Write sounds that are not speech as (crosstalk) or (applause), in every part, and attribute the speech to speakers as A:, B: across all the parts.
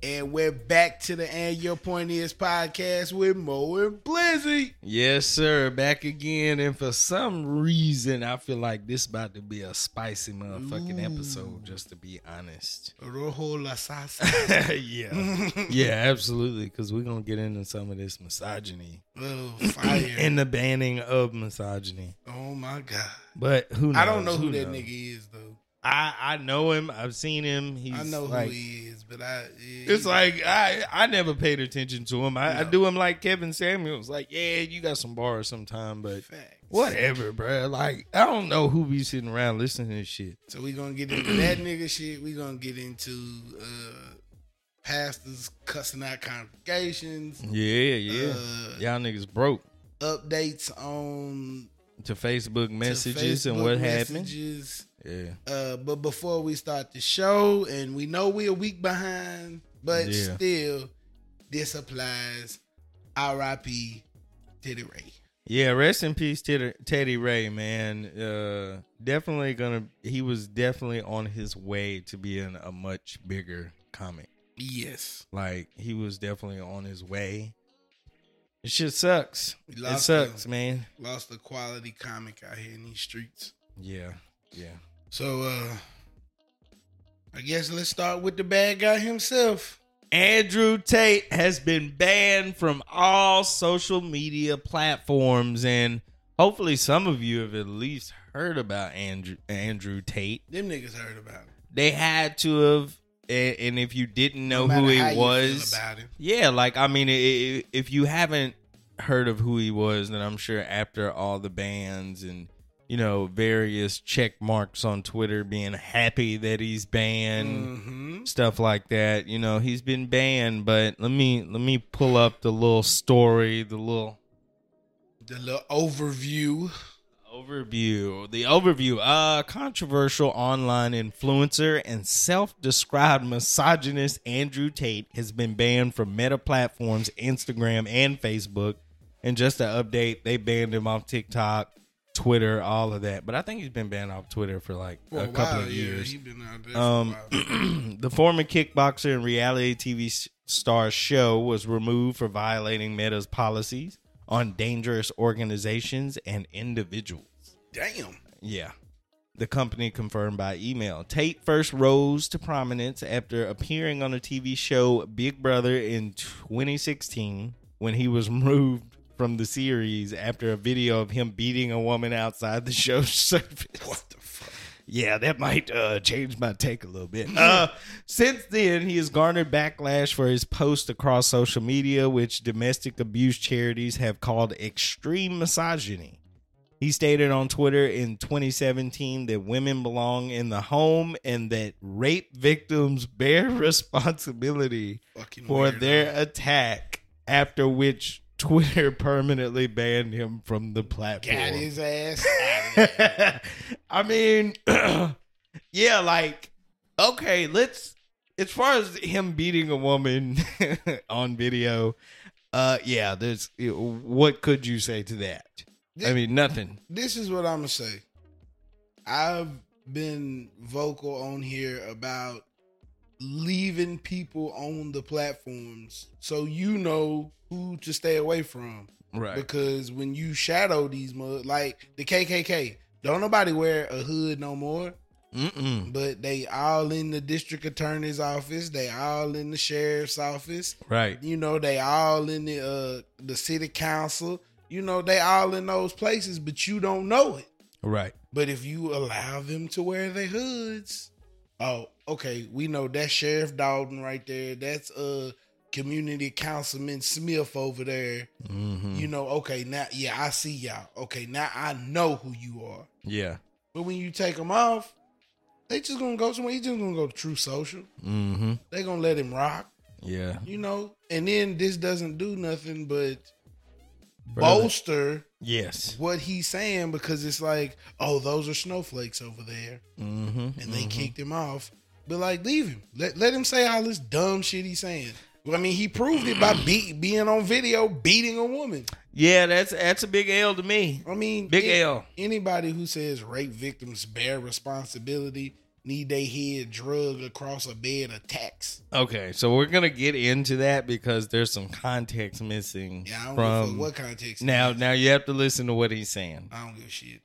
A: And we're back to the And Your Point Is podcast with Mo and Blizzy.
B: Yes, sir. Back again. And for some reason, I feel like this about to be a spicy motherfucking episode, just to be
A: (laughs)
B: honest.
A: Rojo la salsa.
B: (laughs) yeah. yeah, absolutely. Because we're going to get into some of this misogyny
A: Oh, fire.
B: and the banning of misogyny.
A: oh, my God.
B: But who knows?
A: I don't know who, that
B: knows?
A: nigga is, though.
B: I, I know him. I've seen him. He's
A: I know
B: like,
A: who he is, but I. yeah,
B: It's like I I never paid attention to him. I, I do him like Kevin Samuels. Like, yeah, you got some bars sometime, but
A: facts.
B: whatever, bruh. Like, I don't know who be sitting around listening to this shit.
A: So we gonna get into that nigga shit. We gonna get into uh pastors cussing out congregations,
B: Yeah, yeah.
A: Uh,
B: Y'all niggas broke
A: updates on
B: to Facebook
A: to
B: messages and
A: Facebook
B: what
A: messages.
B: happened. Yeah.
A: Uh, but before we start the show, and we know we're a week behind, but
B: Yeah.
A: still, this applies. R.I.P. Teddy Ray.
B: Yeah, rest in peace, Teddy, Teddy Ray, man. Uh, definitely gonna. He was definitely on his way to being a much bigger comic.
A: Yes,
B: Like he was definitely on his way. This shit sucks.
A: We
B: It
A: lost
B: sucks,
A: him.
B: man.
A: lost a quality comic out here in these streets.
B: Yeah, yeah.
A: So, uh, I guess let's start with the bad guy himself.
B: Andrew Tate has been banned from all social media platforms, and hopefully, some of you have at least heard about Andrew Andrew Tate.
A: Them niggas heard about it.
B: They had to have, a- and if you didn't know
A: No
B: who
A: matter
B: he
A: how you feel
B: was,
A: about him.
B: Yeah, like I mean, i- i- if you haven't heard of who he was, then I'm sure after all the bans and you know various check marks on Twitter being happy that he's banned,
A: Mhm.
B: stuff like that. You know, he's been banned, but let me let me pull up the little story, the little
A: The little overview.
B: Overview. The overview. A controversial online influencer and self described misogynist Andrew Tate has been banned from meta platforms, Instagram, and Facebook. And just to update, they banned him off TikTok, Twitter, all of that. But I think he's been banned off Twitter for like
A: For
B: a
A: while,
B: couple of
A: yeah,
B: years.
A: he been out there for a
B: Um,
A: while.
B: (clears throat) the former kickboxer and reality TV s- star show was removed for violating Meta's policies on dangerous organizations and individuals.
A: Damn.
B: Yeah. The company confirmed by email. Tate first rose to prominence after appearing on the TV show Big Brother in 2016 when he was (laughs) removed from the series after a video of him beating a woman outside the (laughs) show's surface.
A: What the fuck?
B: Yeah, that might uh, change my take a
A: (laughs)
B: little bit. Uh, since then, he has garnered backlash for his posts across social media, which domestic abuse charities have called extreme misogyny. He stated on Twitter in 2017 that women belong in the home and that rape victims bear (laughs) responsibility
A: Fucking
B: for
A: weirdo.
B: their attack, after which Twitter (laughs) permanently banned him from the platform.
A: Got his ass
B: (laughs)
A: out of there.
B: I mean, (clears throat) yeah, like okay, let's as far as him beating a woman (laughs) on video, uh yeah, there's what could you say to that? I mean, nothing.
A: this is what I'm gonna say. I've been vocal on here about leaving people on the platforms so you know who to stay away from.
B: Right.
A: Because when you shadow these mud, like the KKK, don't nobody wear a hood no more.
B: Mm-mm.
A: But they all in the district attorney's office. They all in the sheriff's office.
B: Right.
A: You know, they all in the uh, the city council. You know, they all in those places, but you don't know it.
B: Right.
A: But if you allow them to wear their hoods, oh, okay, we know that's Sheriff Dalton right there. That's uh community councilman Smith over there.
B: Mm-hmm.
A: You know, okay, now yeah, I see y'all. Okay, now I know who you are.
B: Yeah.
A: But when you take them off, they just gonna go somewhere. He's just gonna go to True Social.
B: Mm-hmm.
A: They gonna let him rock,
B: Yeah.
A: you know. And then this doesn't do nothing but
B: Brother.
A: bolster
B: Yes.
A: what he's saying because it's like, oh, those are snowflakes over there.
B: Mm-hmm.
A: and they kicked him off. But like, leave him. Let let him say all this dumb shit he's saying. Well, I mean, he proved it by
B: (clears throat)
A: be, being on video beating a woman.
B: Yeah, that's that's a big L to me.
A: I mean,
B: Big
A: a-
B: L.
A: Anybody who says rape victims bear responsibility need they head drug across a bed of tax.
B: Okay, so we're gonna get into that because there's some context missing
A: Yeah, I don't give a
B: from
A: fuck what context. it
B: now.
A: is.
B: Now you have to listen to what he's saying.
A: I don't give a shit.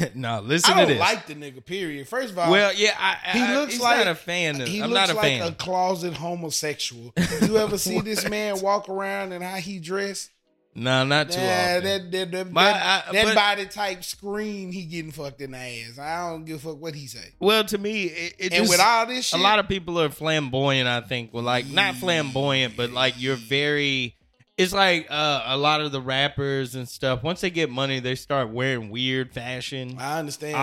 B: (laughs) no, listen
A: I don't
B: to this.
A: like the nigga. Period. First of all,
B: well, yeah, I, I,
A: he looks
B: he's
A: like-
B: not a fan. Of,
A: he
B: I'm
A: looks
B: not a
A: like
B: fan.
A: a closet homosexual. You ever
B: (laughs)
A: see this man walk around and how he dressed?
B: no, not
A: Nah,
B: too often.
A: that that that,
B: My-
A: that,
B: I-
A: that
B: but-
A: body type scream. He getting fucked in the ass. I don't give a fuck what he say.
B: well, to me, it, it
A: And
B: just,
A: with all this
B: a
A: shit,
B: lot of people are flamboyant i think well like not flamboyant but like you're very it's like uh, a lot of the rappers and stuff once they get money they start wearing weird fashion
A: I understand. that.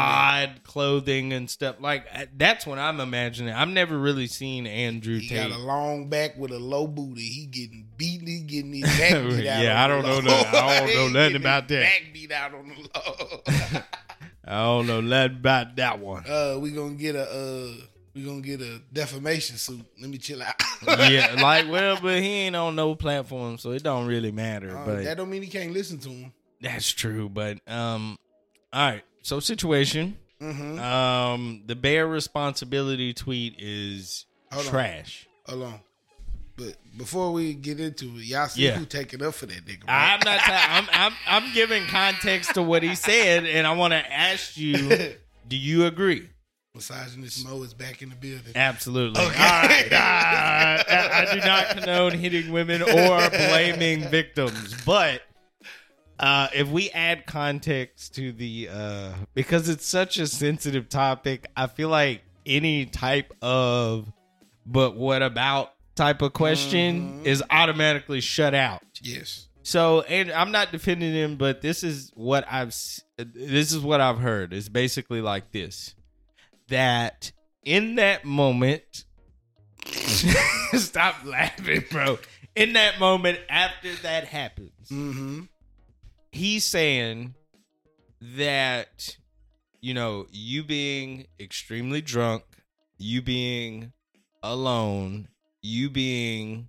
B: odd clothing and stuff like uh, that's what i'm imagining i've never really seen andrew
A: He got
B: tate
A: a long back with a low booty. He getting beaten. He getting his back
B: (laughs)
A: beat out.
B: Yeah,
A: on
B: I
A: the
B: don't know
A: low.
B: that-
A: (laughs)
B: I don't
A: He
B: know nothing
A: getting his
B: about that.
A: Back beat out on the
B: i don't know nothing about that one
A: (laughs) low. uh, we gonna get a uh, we gonna get a defamation suit. Let me chill out.
B: (laughs) yeah like well but he ain't on no platform so it don't really matter
A: Uh,
B: but
A: that don't mean he can't listen to him.
B: that's true but um all right so situation
A: Mm-hmm.
B: Um, the bear responsibility tweet is
A: Hold on.
B: trash.
A: Hold on. But before we get into it, y'all see
B: Yeah.
A: who taking up for that nigga.
B: I'm
A: Right?
B: not. Ta- I'm, I'm. I'm giving context to what he said, and I want to ask
A: (laughs)
B: you: Do you agree?
A: Misogynist Mo is back in the building. (laughs)
B: Absolutely. All right. All right. I, I do not condone hitting women or blaming victims, but uh, if we add context to the uh, because it's such a sensitive topic, I feel like any type of but what about type of question is automatically shut out.
A: Yes.
B: So, and I'm not defending him, but this is what I've s- this is what I've heard. It's basically like this: that in that moment, (laughs) stop laughing, bro. In that moment, after that happens,
A: Mm-hmm.
B: he's saying that you know you being extremely drunk you being alone you being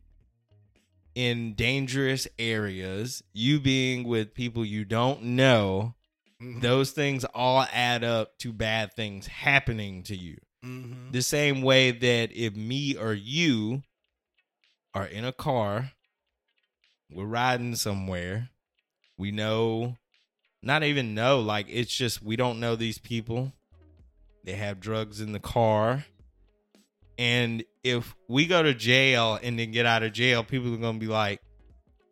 B: in dangerous areas you being with people you don't know
A: Mm-hmm,
B: those things all add up to bad things happening to you
A: Mm-hmm.
B: the same way that if me or you are in a car, we're riding somewhere, we know, not even know, like it's just we don't know these people. They have drugs in the car. And if we go to jail and then get out of jail, people are going to be like,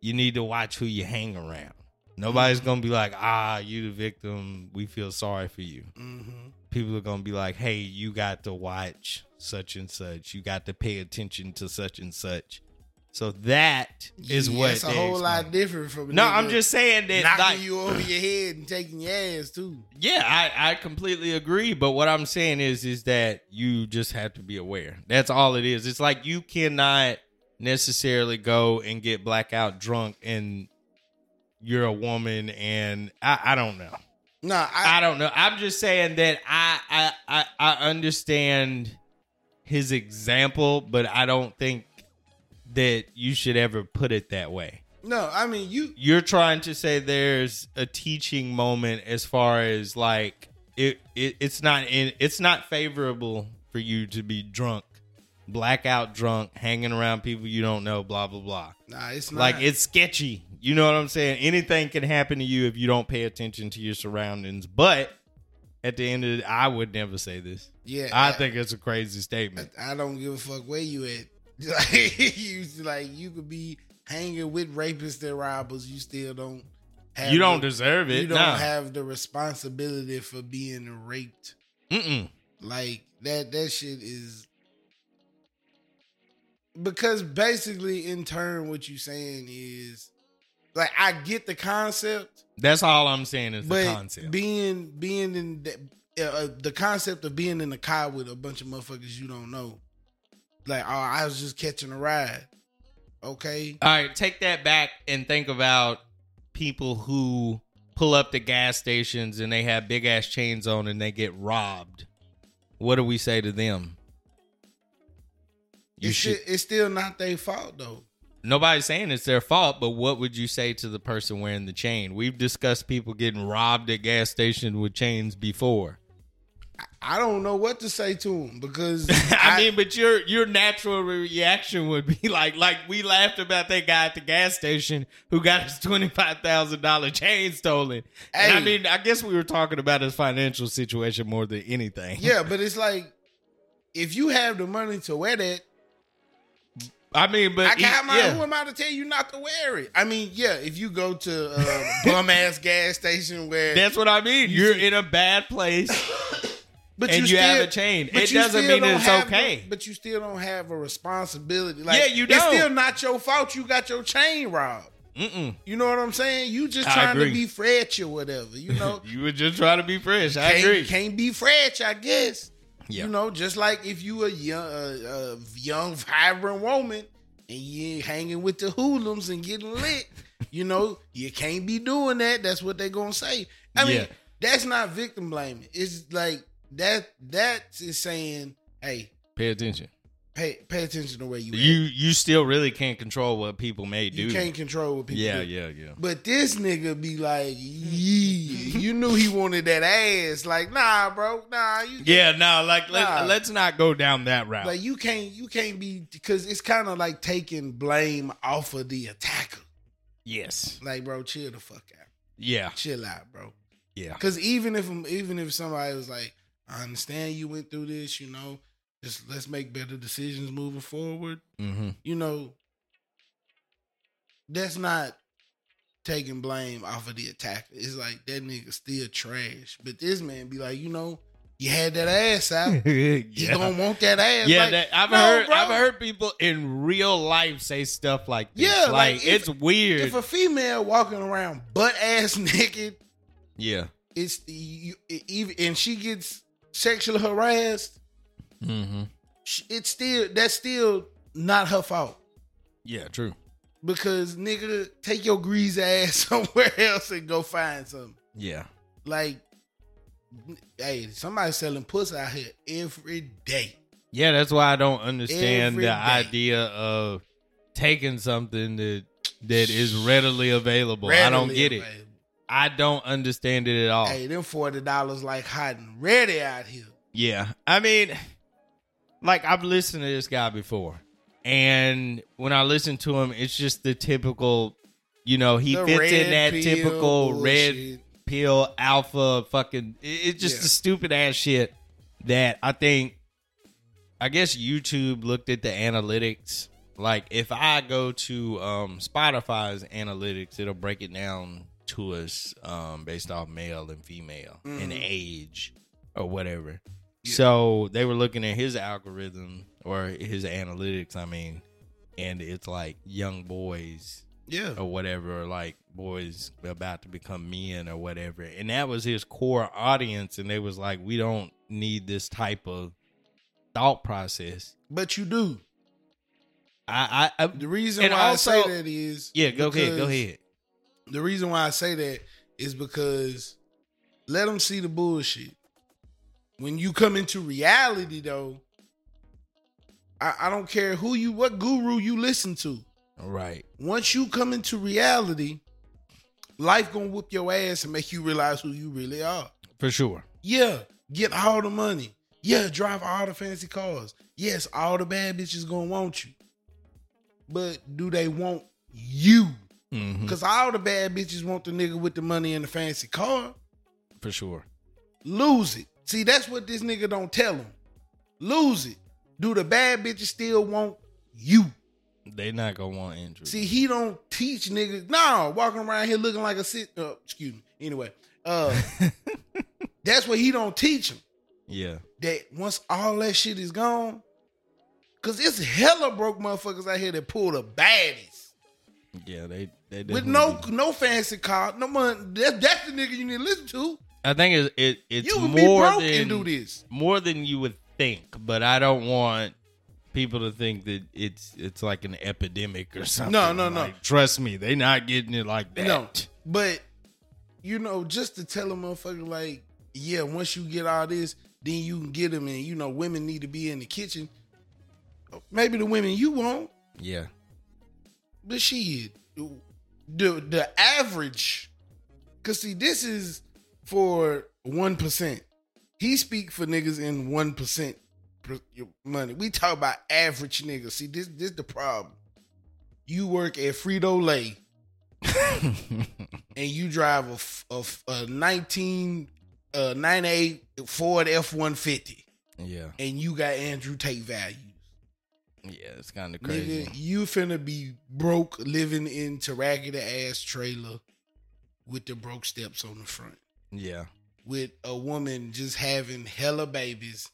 B: you need to watch who you hang around. Nobody's going to be like, ah, you the victim. We feel sorry for you
A: Mm-hmm.
B: people are gonna be like, "Hey, you got to watch such and such. You got to pay attention to such and such." So that is what.
A: It's a
B: they
A: whole lot
B: explain.
A: different from a
B: No,
A: nigga
B: I'm just saying that.
A: knocking
B: Like,
A: you over your head and taking your ass too.
B: yeah, I, I completely agree. But what I'm saying is, is that you just have to be aware. That's all it is. It's like you cannot necessarily go and get blackout drunk and you're a woman and I, I don't know.
A: No, I,
B: I don't know. I'm just saying that I I I, I understand his example, but I don't think that you should ever put it that way.
A: no, I mean you.
B: You're trying to say there's a teaching moment as far as like it, it it's not in it's not favorable for you to be drunk, blackout drunk, hanging around people you don't know, blah blah blah.
A: Nah, it's not.
B: Like it's sketchy. You know what I'm saying? Anything can happen to you if you don't pay attention to your surroundings. But at the end of the I would never say this.
A: Yeah,
B: I think it's a crazy statement.
A: I, I don't give a fuck where you at. (laughs) Like you, like you could be hanging with rapists and robbers. You still don't. Have
B: You don't
A: the-
B: deserve it.
A: eh, You don't
B: nah.
A: have the responsibility for being raped.
B: Mm-mm.
A: Like that. That shit is because basically, in turn, what you saying is like I get the concept,
B: That's all I'm saying is
A: but
B: the concept.
A: being being in the, uh, the concept of being in the car with a bunch of motherfuckers you don't know, like oh, I was just catching a ride. Okay,
B: all right, take that back and think about people who pull up to gas stations and they have big ass chains on and they get robbed. What do we say to them? You
A: it's,
B: should
A: sti- it's still not their fault though.
B: Nobody's saying it's their fault, but what would you say to the person wearing the chain? We've discussed people getting robbed at gas stations with chains before. (laughs)
A: I don't know what to say to him because
B: (laughs) I, mean, but your your natural reaction would be (laughs) like like we laughed about that guy at the gas station who got his twenty five thousand dollar chain stolen. And I
A: Hey.
B: mean, I guess we were talking about his financial situation more than anything.
A: yeah, but it's like if you have the money to wear that,
B: I mean, but
A: I
B: he-
A: got my.
B: yeah.
A: Who am I to tell you not to wear it? I mean, yeah, if you go to a (laughs) bum ass gas station where,
B: That's what I mean.
A: You
B: You're
A: see-
B: in a bad place
A: but
B: and you, have a chain.
A: but
B: It
A: you
B: doesn't
A: still
B: mean
A: don't
B: it's
A: have
B: okay.
A: the- but you still don't have a responsibility. Like,
B: Yeah, you
A: It's
B: don't.
A: still not your fault. You got your chain robbed.
B: Mm-mm.
A: You know what I'm saying? You just
B: I
A: trying
B: agree.
A: to be Fretch or whatever. You know,
B: You were just trying to be fresh. (laughs) I
A: can't,
B: agree.
A: can't be Fretch, I guess.
B: yeah.
A: You know, just like if you a young, uh, a young, vibrant woman and you hanging with the hoodlums and getting
B: (laughs)
A: lit, you know, you can't be doing that. That's what they gonna say. I mean,
B: Yeah.
A: that's not victim blaming. It's like that. That is saying, hey,
B: Pay attention.
A: pay pay attention to where you.
B: You
A: at.
B: you still really can't control what people may do.
A: you can't control what people.
B: yeah,
A: do.
B: yeah, yeah.
A: But this nigga be like, yeah, you knew he wanted that ass. Like, nah, bro, nah, you
B: Yeah, no, like let,
A: Nah.
B: let's not go down that route.
A: like you can't you can't be because it's kind of like taking blame off of the attacker.
B: yes.
A: Like, bro, chill the fuck out,
B: Yeah.
A: chill out, bro.
B: Yeah.
A: Because even if even if somebody was like, I understand you went through this, you know, just let's make better decisions moving forward. (laughs)
B: Mm-hmm.
A: You know, that's not taking blame off of the attacker. It's like that nigga still trash, but this man be like, you know, you had that ass out.
B: (laughs)
A: You
B: yeah.
A: don't want that ass.
B: Yeah,
A: Like,
B: that, I've
A: no,
B: heard
A: bro.
B: I've heard people in real life say stuff like this.
A: Yeah, like,
B: like,
A: if-
B: it's weird.
A: If a female walking around butt ass (laughs) naked,
B: yeah.
A: it's you, it, even and she gets sexually harassed,
B: Mm-hmm.
A: sh- it's still that's still not her fault
B: Yeah, true.
A: because nigga, take your greasy ass (laughs) somewhere else and go find something.
B: Yeah.
A: Like, n- hey, somebody selling puss out here every day.
B: Yeah, that's why I don't understand
A: Every
B: the
A: day.
B: idea of taking something that that is readily available. I don't
A: Readily
B: get it. Oh.
A: available.
B: I don't understand it at all.
A: Hey, them forty dollars like hot and ready out here.
B: Yeah. I mean, like I've listened to this guy before. And when I listen to him, it's just the typical, you know, he
A: The
B: fits in
A: red
B: that
A: pill
B: typical red
A: bullshit.
B: pill alpha fucking it- it's just
A: Yeah.
B: the stupid ass shit that I think I guess YouTube looked at the analytics. Like if I go to um Spotify's analytics, it'll break it down to us um based off male and female and
A: Mhm.
B: age or whatever.
A: Yeah.
B: So they were looking at his algorithm or his analytics, I mean, and it's like young boys
A: Yeah,
B: or whatever, or like boys about to become men or whatever. And that was his core audience. And they was like, we don't need this type of thought process.
A: but you do.
B: I, I, I
A: The reason
B: And
A: why I
B: also-
A: say that is
B: yeah, go ahead, go
A: because
B: ahead.
A: The reason why I say that is because let them see the bullshit. When you come into reality, though, I, I don't care who you, what guru you listen to.
B: Right.
A: Once you come into reality, life gonna whoop your ass and make you realize who you really are.
B: For sure.
A: Yeah, get all the money. Yeah, drive all the fancy cars. Yes, all the bad bitches gonna want you. But do they want you?
B: Mhm,
A: Cause all the bad bitches want the nigga with the money and the fancy car.
B: For sure.
A: Lose it. See, that's what this nigga don't tell him. Lose it. Do the bad bitches still want you?
B: They not going to want Andrew.
A: See, he don't teach niggas. No, walking around here looking like a sit. Uh, excuse me. Anyway, uh, that's what he don't teach him.
B: yeah.
A: That once all that shit is gone, cause it's hella broke motherfuckers out here that pull the baddies.
B: Yeah. They, they
A: With
B: definitely
A: no
B: do.
A: no fancy car, no money. That, that's the nigga you need to listen to.
B: I think it, it, it's
A: You would be
B: more
A: broke
B: than
A: and do this.
B: more than you would think, but I don't want people to think that it's it's like an epidemic or something.
A: No, no, no.
B: Like, Trust me, they not getting it like that.
A: No, but you know, just to tell a motherfucker like, yeah, once you get all this, then you can get them, and you know, women need to be in the kitchen. Maybe the women you won't,
B: Yeah. (laughs)
A: but she the the average. Cause see, this is for one percent. He speak for niggas in one percent your money. We talk about average niggas. See, this this the problem. You work at Frito Lay, and you drive a f- a, f- a nineteen uh, ninety eight Ford F one fifty,
B: yeah,
A: and you got Andrew Tate values.
B: yeah, it's kind of crazy.
A: Nigga, you finna be broke living in raggedy ass trailer with the broke steps on the front.
B: Yeah,
A: With a woman just having hella babies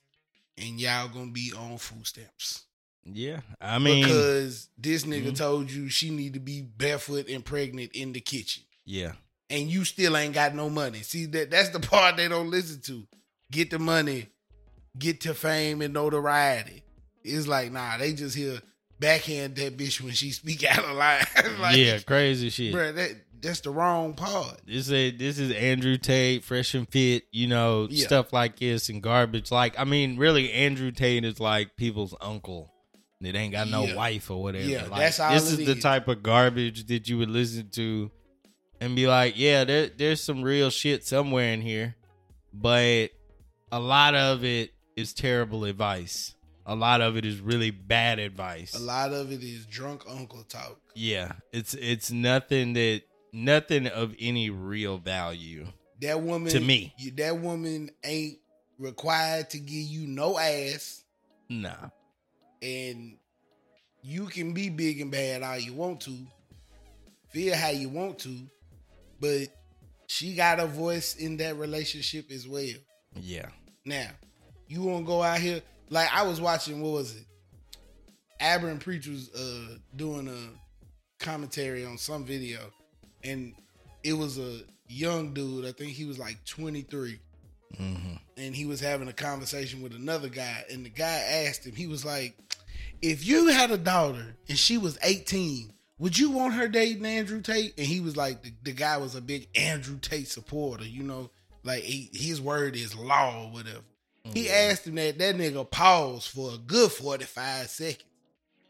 A: and y'all gonna be on food stamps.
B: yeah. I mean,
A: because this nigga
B: Mhm.
A: told you she need to be barefoot and pregnant in the kitchen.
B: yeah,
A: And you still ain't got no money. See that that's the (laughs) part they don't listen to. Get the money, get to fame and notoriety. It's like, nah, they just hear backhand that bitch when she speak (laughs) out of line. like,
B: yeah, crazy shit.
A: Bruh, that that's the wrong part.
B: This is this is Andrew Tate, fresh and fit, you know,
A: Yeah.
B: stuff like this and garbage. Like, I mean, really, Andrew Tate is like people's uncle that ain't got no
A: Yeah.
B: wife or whatever.
A: Yeah,
B: like,
A: that's all
B: this is
A: it
B: the
A: is.
B: type of garbage that you would listen to and be like, yeah, there, there's some real shit somewhere in here, but a lot of it is terrible advice. A lot of it is really bad advice.
A: A lot of it is drunk uncle talk.
B: Yeah, it's it's nothing that nothing of any real value.
A: That woman
B: To me.
A: you- that woman ain't required to give you no ass.
B: Nah.
A: and you can be big and bad all you want to, feel how you want to, but she got a voice in that relationship as well.
B: Yeah.
A: Now, you won't go out here like I was watching. What was it? Abram Preach was uh, doing a commentary on some video, and it was a young dude. I think he was like twenty three
B: Mm-hmm.
A: and he was having a conversation with another guy, and the guy asked him, he was like, "If you had a daughter and she was 18, would you want her dating Andrew Tate?" And he was like, the, the guy was a big Andrew Tate supporter, you know, like he, his word is law or whatever. He asked him that. That nigga paused for a good 45 seconds.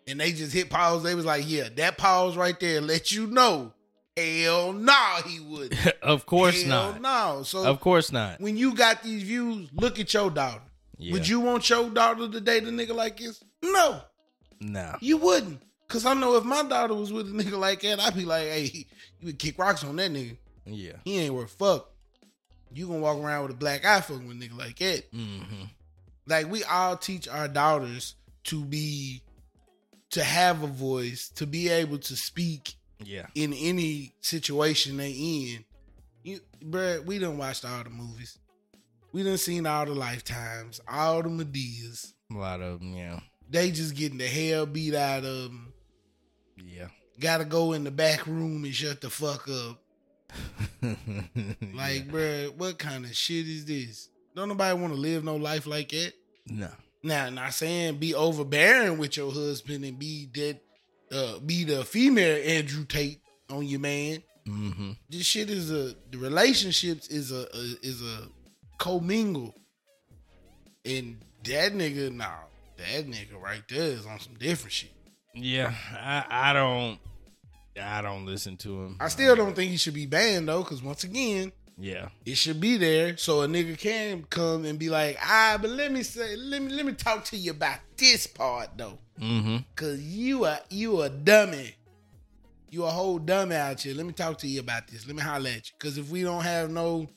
A: And they just hit pause. They was like, yeah, that pause right there let you know. Hell no, he wouldn't. Of
B: (laughs) of course not.
A: no. So
B: Of course not.
A: when you got these views, look at your daughter.
B: Yeah.
A: Would you want your daughter to date a nigga like this? No,
B: Nah.
A: you wouldn't. Cause I know if my daughter was with a nigga like that, I'd be like, hey, he- you would kick rocks on that nigga.
B: Yeah.
A: He ain't worth fuck. You gonna walk around with a black eye fucking with a nigga like that.
B: Mm-hmm.
A: Like we all teach our daughters to be to have a voice, to be able to speak
B: Yeah.
A: in any situation they in. You, bruh, we done watched all the movies. We done seen all the lifetimes, all the Medeas.
B: A lot of them. Yeah.
A: They just getting the hell beat out of them.
B: Yeah. (laughs)
A: Gotta go in the back room and shut the fuck up. Like, bruh, what kind of shit is this? Don't nobody want to live no life like that.
B: no.
A: Now, not saying be overbearing with your husband and be that, uh, be the female Andrew Tate on your man.
B: Mm-hmm.
A: this shit is a the relationships is a, a is a commingle, and that nigga nah, that nigga right there is on some different shit.
B: Yeah. I, I don't. I don't listen to him.
A: I still don't think he should be banned though, because once again,
B: Yeah.
A: it should be there so a nigga can come and be like, ah, but let me say, let me let me talk to you about this part though,
B: Mm-hmm.
A: cause you a you a dummy. You a whole dummy out here. Let me talk to you about this. Let me holler at you. Cause if we don't have no,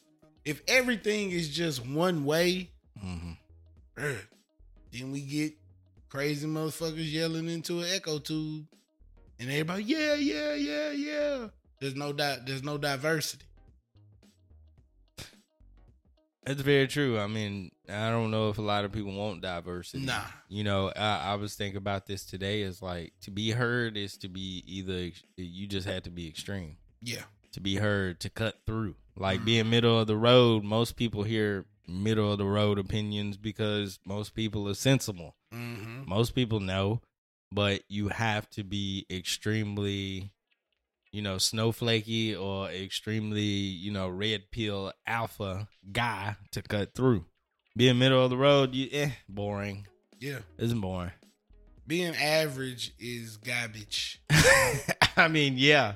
A: if everything is just one way,
B: Mm-hmm.
A: Ugh. Then we get crazy motherfuckers yelling into an echo tube, and everybody, yeah, yeah, yeah, yeah. There's no di- there's no diversity.
B: That's very true. I mean, I don't know if a lot of people want diversity.
A: Nah.
B: You know, I, I was thinking about this today. Is like to be heard is to be either you just had to be extreme.
A: Yeah,
B: to be heard to cut through like being middle of the road most people hear middle of the road opinions because most people are sensible
A: mm-hmm.
B: most people know but you have to be extremely you know snowflakey or extremely you know red pill alpha guy to cut through being middle of the road you eh boring
A: yeah.
B: it's boring
A: Being average is garbage.
B: (laughs) I mean, yeah.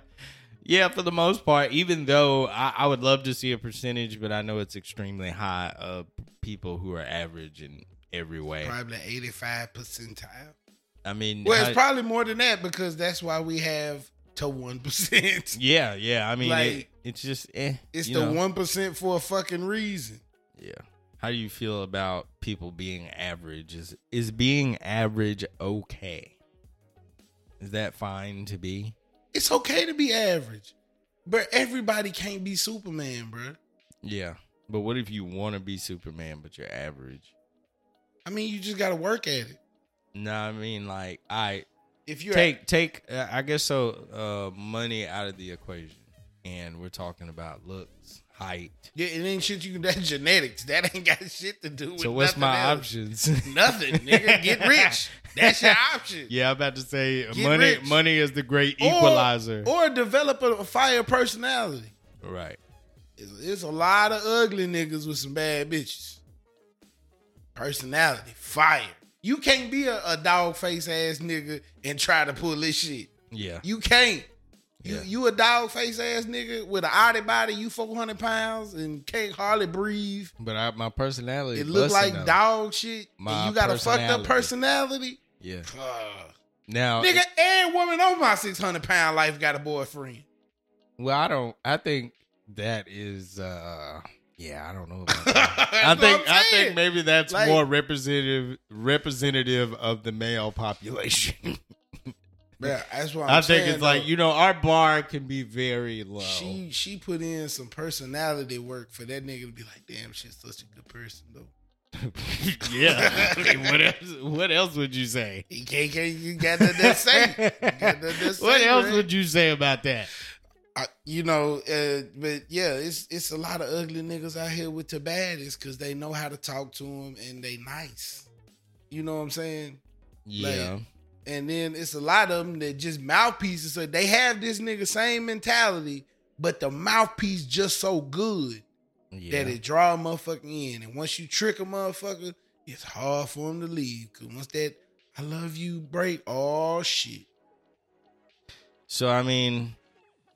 B: Yeah, for the most part, even though I, I would love to see a percentage, but I know it's extremely high of people who are average in every way.
A: Probably 85 percentile.
B: I mean,
A: Well,
B: how-
A: it's probably more than that because that's why we have to 1%.
B: (laughs) yeah, yeah. I mean, it-
A: Like,
B: it's just eh.
A: It's
B: you
A: the
B: know.
A: 1% for a fucking reason.
B: Yeah. How do you feel about people being average? Is is being average okay? Is that fine to be?
A: It's okay to be average, but everybody can't be Superman, bro.
B: Yeah. But what if you want to be Superman but you're average?
A: I mean, you just got to work at it.
B: No, I mean like I
A: If you're
B: take take uh, I guess so uh money out of the equation and we're talking about looks, height.
A: Yeah, and then shit, you can that's genetics. That ain't got shit to do with.
B: So what's
A: nothing
B: my
A: else.
B: options? (laughs)
A: Nothing, nigga. Get rich. That's your option.
B: yeah, I'm about to say
A: Get
B: money
A: rich.
B: money is the great
A: Or-
B: equalizer.
A: Or, develop a, a fire personality.
B: right.
A: It's, it's a lot of ugly niggas with some bad bitches. Personality, fire. You can't be a, a dog face ass nigga and try to pull this shit.
B: Yeah.
A: You can't. You
B: Yeah.
A: you a dog face ass nigga with an oddie body. You four hundred pounds and can't hardly breathe.
B: But I, my personality
A: It look
B: busting
A: like
B: up.
A: dog shit.
B: My
A: and you got a fucked up personality.
B: Yeah.
A: Ugh.
B: Now,
A: Nigga, every woman on my six hundred pound life got a boyfriend. (laughs)
B: well, I don't. I think that is. uh Yeah, I don't
A: (laughs)
B: know. About that. I
A: I
B: think I think maybe that's
A: Like-
B: more representative representative of the male population.
A: yeah, that's why I'm
B: I think
A: saying,
B: it's like
A: though,
B: you know our bar can be very low.
A: She she put in some personality work for that nigga to be like, damn, she's such a good person though.
B: (laughs)
A: (laughs)
B: yeah. I mean, what else? What else would you say?
A: He can't, can't you got nothing to say. got
B: (laughs)
A: nothing to say,
B: what else
A: man.
B: would you say about that?
A: I, you know, uh, but yeah, it's it's a lot of ugly niggas out here with the baddies because they know how to talk to them and they nice. You know what I'm saying?
B: Yeah.
A: And then it's a lot of them that just mouthpieces. So they have this nigga same mentality, but the mouthpiece just so good
B: yeah.
A: that it draw a motherfucker in. And once you trick a motherfucker, it's hard for him to leave. Cause once that I love you break, oh shit.
B: So I mean,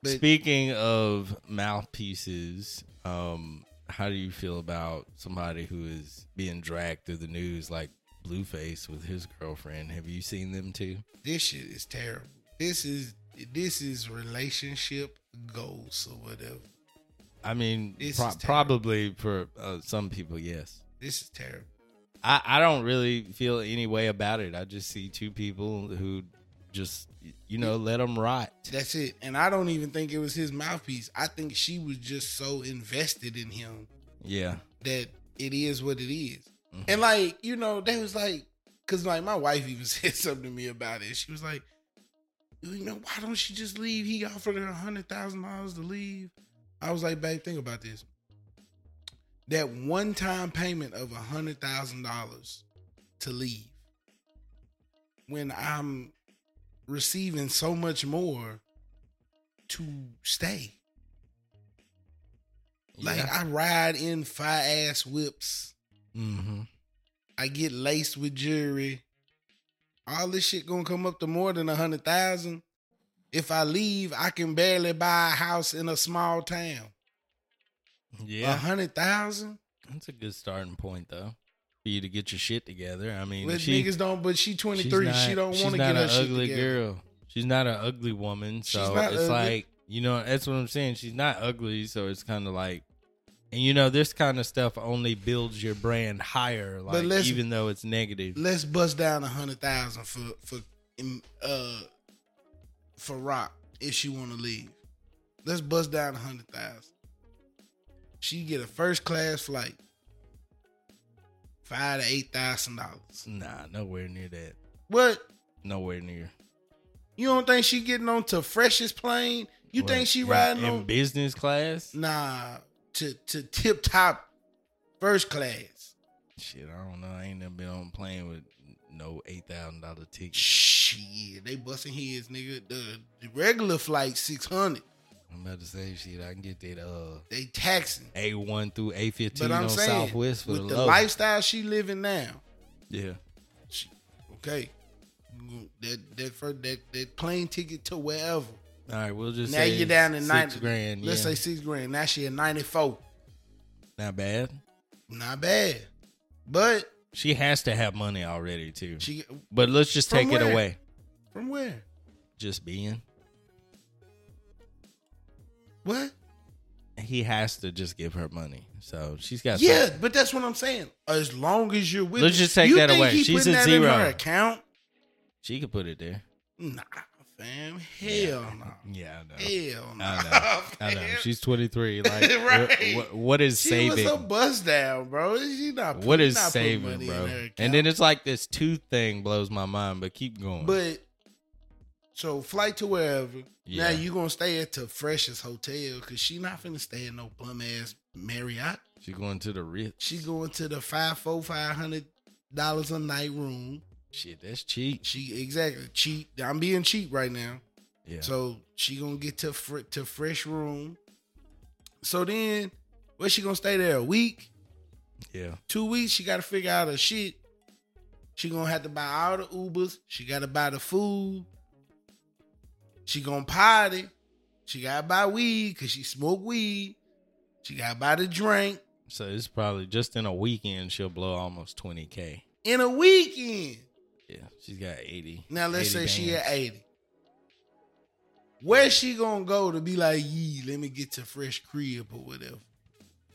A: But-
B: speaking of mouthpieces, um, how do you feel about somebody who is being dragged through the news like Blueface with his girlfriend? Have you seen them too?
A: this shit is terrible. This is this is relationship goals or whatever.
B: I mean,
A: This
B: pro-
A: is terrible.
B: probably for uh, some people, yes.
A: This is terrible.
B: I, I don't really feel any way about it. I just see two people who just you know let them rot.
A: That's it. And I don't even think it was his mouthpiece. I think she was just so invested in him
B: Yeah,
A: that it is what it is.
B: Mhm.
A: And like, you know, they was like, cause like my wife even (laughs) said something to me about it. She was like, you know, why don't she just leave? He offered her a hundred thousand dollars to leave. I was like, babe, think about this. That one time payment of a hundred thousand dollars to leave. When I'm receiving so much more to stay. Like
B: yeah.
A: I ride in fire ass whips.
B: hmm
A: I get laced with jewelry. All this shit gonna come up to more than a hundred thousand. If I leave, I can barely buy a house in a small town. A
B: yeah.
A: hundred thousand,
B: That's a good starting point, though, for you to get your shit together. I mean,
A: but
B: she,
A: niggas don't. But she twenty
B: she's
A: three.
B: not-
A: She don't
B: she's
A: want to
B: not
A: get her
B: an
A: shit
B: ugly
A: together.
B: girl. She's not an ugly woman,
A: She's
B: so
A: not
B: it's
A: ugly.
B: like you know that's what I'm saying. She's not ugly, so it's kind of like, and you know this kind of stuff only builds your brand higher, like
A: listen-
B: even though it's negative.
A: Let's bust down a hundred thousand for for um, uh for Rock if she want to leave. Let's bust down a hundred thousand. She get a first class flight, five to eight thousand dollars.
B: Nah, nowhere near that.
A: What?
B: Nowhere near.
A: You don't think she getting on to freshest plane? You
B: What,
A: think she
B: in-
A: riding
B: in
A: on?
B: business class?
A: Nah, to to tip top first class.
B: Shit, I don't know. I ain't never been on a plane with no eight thousand dollar ticket.
A: Shit, they busting heads, nigga. The, the regular flight six hundred.
B: I'm about to say shit. I can get that uh
A: They taxing.
B: A one through A fifteen
A: But I'm
B: on
A: saying
B: Southwest for
A: with
B: the,
A: the
B: low.
A: lifestyle she living now.
B: Yeah,
A: She, okay, You- that that first, that that plane ticket to wherever.
B: all right, we'll just
A: Now
B: say
A: you're down to
B: six
A: ninety
B: grand.
A: Let's
B: yeah.
A: say six grand. Now she at ninety four.
B: not bad.
A: Not bad. But
B: She has to have money already too.
A: she
B: But let's just
A: From
B: take it
A: where?
B: away.
A: from where?
B: Just being.
A: What?
B: He has to just give her money. So she's got some-
A: Yeah, but that's what I'm saying. As long as you're with,
B: Let's
A: it.
B: just take
A: You
B: that
A: think
B: away.
A: he
B: She's
A: putting
B: at
A: that in
B: zero.
A: her account?
B: she could put it there.
A: Nah, fam. Hell no.
B: Yeah, I know.
A: Hell (laughs) no.
B: I know. I know.
A: fam. (laughs)
B: She's 23. Like,
A: Oh, Right.
B: what, what is
A: She
B: saving?
A: was a bust down, bro. She not.
B: what
A: she
B: is
A: not putting
B: saving,
A: money
B: bro?
A: in her account.
B: And then it's like this tooth thing blows my mind, but keep going.
A: but so flight to wherever.
B: Yeah.
A: Now you gonna stay at the freshest hotel because she not finna stay in no bum ass Marriott.
B: she going to the rich.
A: She going to the five four five hundred dollars a night room.
B: Shit, that's cheap.
A: She exactly cheap. I'm being cheap right now.
B: Yeah.
A: So she gonna get to fr- to fresh room. So then, where she gonna stay there a week?
B: yeah.
A: two weeks, she gotta figure out her shit. She gonna have to buy all the Ubers. She gotta buy the food. She gonna party. She gotta buy weed because she smoke weed. She gotta buy the drink
B: So it's probably just in a weekend she'll blow almost 20k.
A: in a weekend.
B: Yeah. She's got 80.
A: Now let's say
B: 80
A: she
B: bands.
A: at 80. Where she gonna go to be like, yee, let me get to fresh crib or whatever.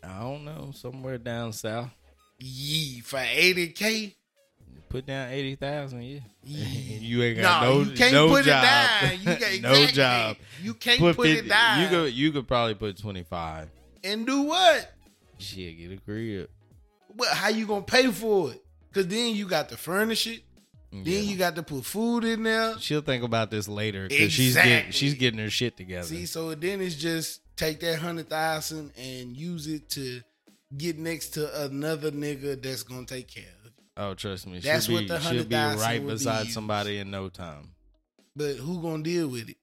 B: I don't know, somewhere down south.
A: Yee, for 80K?
B: Put down 80,000, yeah. (laughs)
A: Yeah.
B: you ain't
A: No,
B: got no
A: you can't
B: no
A: put
B: job.
A: it
B: (laughs)
A: down. You got,
B: no
A: exactly.
B: job.
A: You can't put, it
B: 50
A: down.
B: You could you could probably put 25.
A: and do what?
B: Shit, get a crib.
A: Well, how you gonna pay for it? Cause then you got to furnish it.
B: Yeah.
A: Then you got to put food in there.
B: She'll think about this later because she's getting
A: Exactly.
B: she's getting her shit together.
A: See, so then it's just take that hundred thousand and use it to get next to another nigga that's gonna take care of. it.
B: oh, trust me,
A: That's
B: she'll
A: what
B: be
A: the
B: she'll be
A: 100,000
B: right
A: would be
B: beside
A: used.
B: somebody in
A: (laughs)
B: no time.
A: But who gonna deal with it?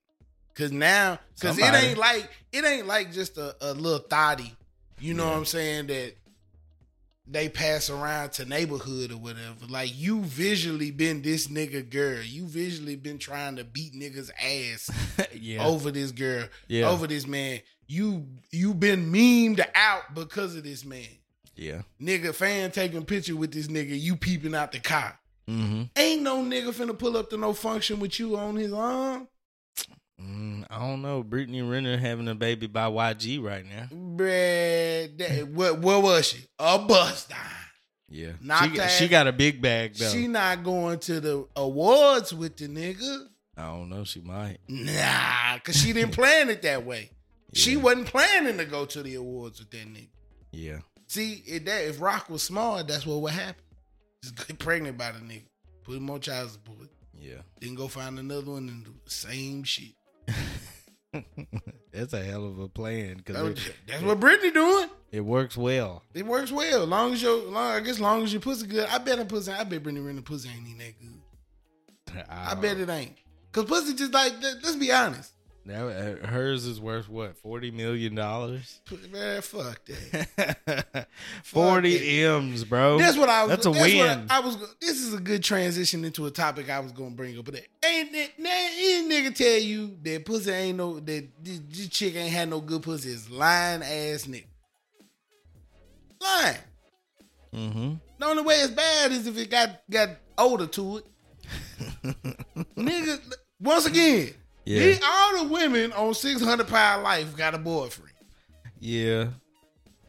A: Cause now, cause it
B: Somebody.
A: ain't like it ain't like just a, a little thotty. You know what I'm saying? That they pass around to neighborhood or whatever. Like you visually been this nigga girl. You visually been trying to beat niggas ass
B: (laughs) yeah,
A: over this girl,
B: Yeah.
A: over this man. You you been memed out because of this man.
B: yeah,
A: Nigga fan taking picture with this nigga, you peeping out the car.
B: mm-hmm.
A: Ain't no nigga finna pull up to no function with you on his arm.
B: Mm, I don't know. Brittany Renner having a baby by YG right now.
A: Bruh, that, what what was she? A bust down.
B: Yeah,
A: Not
B: she, got-
A: that-
B: she got a big bag though.
A: She not going to the awards with the nigga.
B: I don't know. She might.
A: Nah, cause she didn't plan it that way. She
B: Yeah.
A: wasn't planning to go to the awards with that nigga.
B: Yeah,
A: See, if that if Rock was smart, that's what would happen. Just get pregnant by the nigga, put him on child support,
B: yeah. (laughs)
A: then go find another one and do the same shit.
B: That's a hell of a plan
A: That
B: because
A: was-
B: it,
A: that's what Britney doing.
B: it works well.
A: It works well. Long as your long, I guess long as your pussy good. I bet her pussy. I bet Britney Renner pussy ain't even that good. I bet it ain't. Cause pussy just like let- let's be honest.
B: That, uh, hers is worth what forty
A: (laughs)
B: million dollars.
A: P- Man, fuck
B: (laughs)
A: that.
B: Forty m's, bro.
A: That's what I was.
B: That's a
A: what
B: win.
A: I, was. go- This is a good transition into a topic I was gonna bring up. But that- ain't that that- any nigga tell you that pussy ain't no that this, this chick ain't had no good pussy is lying ass nigga. Lying.
B: mm-hmm.
A: The only way it's bad is if it got got older to it.
B: (laughs)
A: nigga, once again,
B: Yeah.
A: the- all the women on six hundred pound life got a
B: (laughs)
A: boyfriend.
B: Yeah,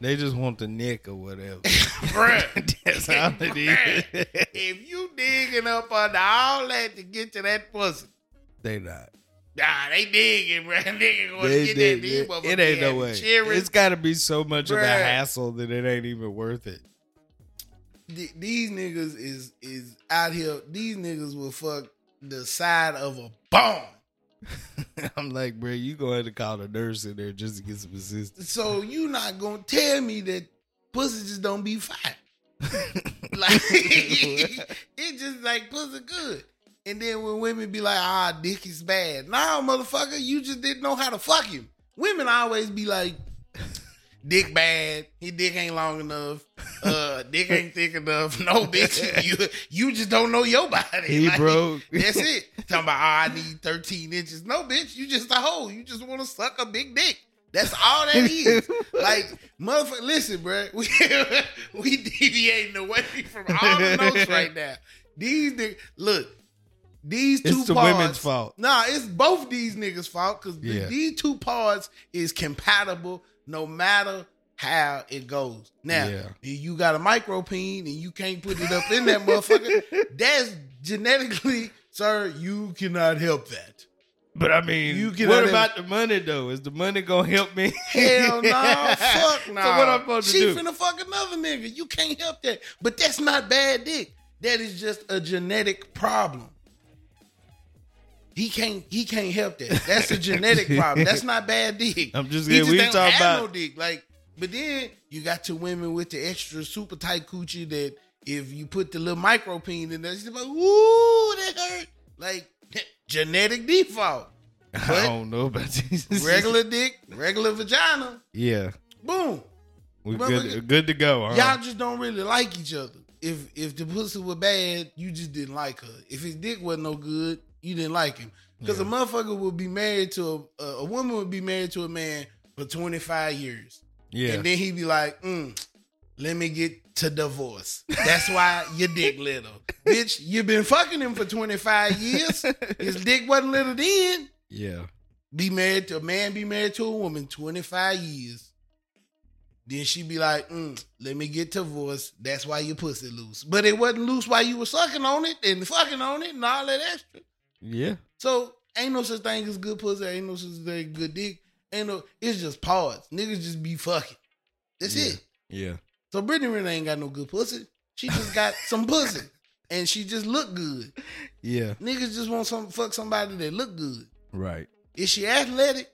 B: they just want the nick
A: (laughs)
B: or whatever.
A: Bruh.
B: That's how
A: (laughs)
B: it is.
A: if you digging up under all that to get to that pussy.
B: (laughs) they not.
A: Nah, they digging, bro. (laughs) Nigga gonna
B: They,
A: get
B: they,
A: that these
B: they-
A: motherfuckers
B: it ain't no
A: having
B: way.
A: Cheering.
B: It's got to be so much of a
A: Bruh.
B: hassle that it ain't even worth it. (laughs)
A: Th- These niggas is is out here. These niggas will fuck the side of a bone.
B: I'm like, bro, you go ahead and call the nurse in there just to get some assistance.
A: So you not gonna tell me that pussy just don't be fat. Like (laughs) it just like pussy good. And then when women be like, ah, dick is bad. Nah, motherfucker, you just didn't know how to fuck him. Women always be like, dick bad. His dick ain't long enough. Uh, dick ain't thick enough. No, bitch, you you just don't know your body.
B: he
A: Like, (laughs)
B: broke.
A: That's "Ah, it. Talking about, oh, I need 13 inches. No, bitch, you just a hoe. You just want to suck a big dick. That's all that
B: (laughs)
A: is. like, motherfucker, listen, bro. (laughs) We, we deviating away from all the notes right now. These niggas, look, these two
B: It's the
A: parts.
B: women's fault.
A: Nah, it's both these niggas' fault because
B: Yeah.
A: these two parts is compatible no matter how it goes. Now,
B: Yeah.
A: if you got a micro peen and you can't put it up in that motherfucker, that's genetically, sir, you cannot help that.
B: But I mean,
A: You get out
B: what
A: of-
B: about the money though? Is the money gonna help me?
A: Hell
B: (laughs)
A: no, fuck no.
B: So what I'm supposed to
A: she
B: do?
A: finna fuck another nigga. You can't help that. But that's not bad dick. That is just a genetic problem. He can't he can't help that. That's a
B: (laughs)
A: genetic problem. That's not bad dick.
B: I'm just
A: he
B: kidding. We
A: don't
B: talking
A: have
B: about-
A: no dick. Like, but then you got your women with the extra super tight coochie that if you put the little micro peen in there, she's like, ooh, that hurt. Like (laughs) genetic
B: (laughs)
A: default.
B: I don't know about (laughs) this.
A: Regular dick, regular vagina.
B: yeah,
A: Boom.
B: we're
A: Well,
B: good. Good to go. Huh?
A: Y'all just don't really like each other. If if the pussy was bad, you just didn't like her. If his dick wasn't no good, you didn't like him. Because a motherfucker would be married to a, a woman would be married to a man for twenty five years,
B: yeah.
A: and then he'd be like, mm, "Let me get to divorce." That's why your dick little, bitch. you been fucking him for twenty five years. His dick wasn't little then.
B: yeah.
A: Be married to a man. Be married to a woman twenty five years. Then she be like, mm, let me get divorced. That's why your pussy loose. But it wasn't loose while you were sucking on it and fucking on it and all that extra.
B: Yeah.
A: So ain't no such thing as good pussy. Ain't no such thing as good dick. Ain't no, it's just parts. Niggas just be fucking. That's
B: Yeah.
A: it.
B: Yeah.
A: So Brittany really ain't got no good pussy. She just got some pussy. And she just look good.
B: Yeah.
A: Niggas just want some fuck somebody that look good.
B: Right.
A: Is she athletic?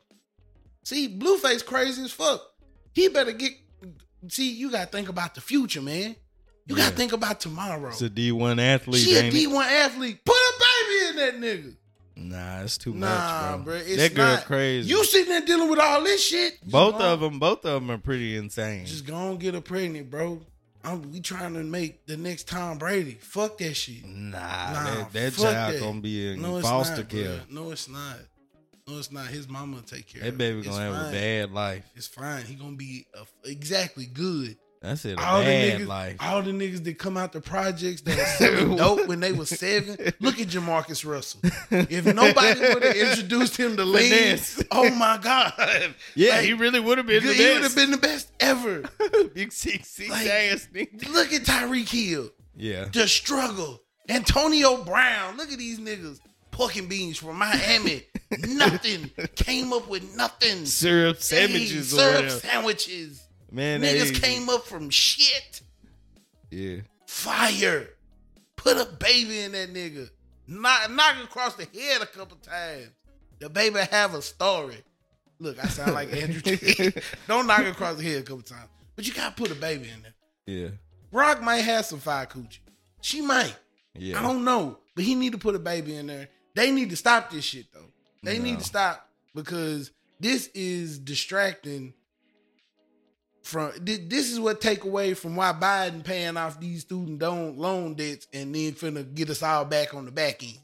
A: See, Blueface crazy as fuck. He better get. See, you gotta think about the future, man. You gotta
B: Yeah.
A: think about tomorrow.
B: It's a D one athlete.
A: she a
B: ain't
A: D
B: it?
A: one athlete. Put a baby in that nigga.
B: Nah, it's too
A: Nah,
B: much,
A: bro.
B: bro.
A: it's
B: that girl
A: not.
B: crazy.
A: You sitting there dealing with all this shit.
B: both of them. Both of them are pretty insane.
A: Just go and get her pregnant, bro. I'm, we trying to make the next Tom Brady. Fuck that shit.
B: nah,
A: Nah,
B: that, that
A: fuck
B: child
A: that.
B: gonna be in
A: No, it's
B: Mm-hmm. foster
A: not,
B: care.
A: Bruh. No, it's not. No, it's not. His mama will take care.
B: That
A: of
B: baby
A: it.
B: gonna
A: It's
B: have a
A: fine.
B: bad life.
A: It's fine. He gonna be a, exactly good.
B: That's it. A
A: all the
B: bad
A: niggas,
B: life.
A: all the niggas that come out the projects that are
B: (laughs)
A: so dope when they were seven. Look at Jamarcus Russell. If nobody would have introduced him
B: (laughs)
A: to lean,
B: Finesse.
A: oh my god,
B: (laughs) yeah,
A: like,
B: he really would have been the
A: he would have
B: (laughs) best.
A: been the best ever.
B: Big six six
A: Like-
B: ass nigga.
A: Look at Tyreek Hill,
B: Yeah.
A: the struggle. Antonio Brown. Look at these niggas. Pork and beans from
B: (laughs)
A: Miami. nothing came up with nothing.
B: Syrup
A: Hey,
B: sandwiches or
A: syrup
B: whatever.
A: sandwiches.
B: Man,
A: Niggas
B: they-
A: came up from shit.
B: Yeah.
A: fire. Put a baby in that nigga. Knock, knock across the head a couple times. The baby have a story. Look, I sound like Andrew. Tate. Don't knock across the head a couple times. But you gotta put a baby in there.
B: Yeah.
A: Rock might have some fire coochie. She might.
B: Yeah.
A: I don't know. But he need to put a baby in there. They need to stop this shit though. They need
B: No.
A: to stop because this is distracting from thi- this is what take away from why Biden paying off these student loan loan debts and then finna get us all back on the back end.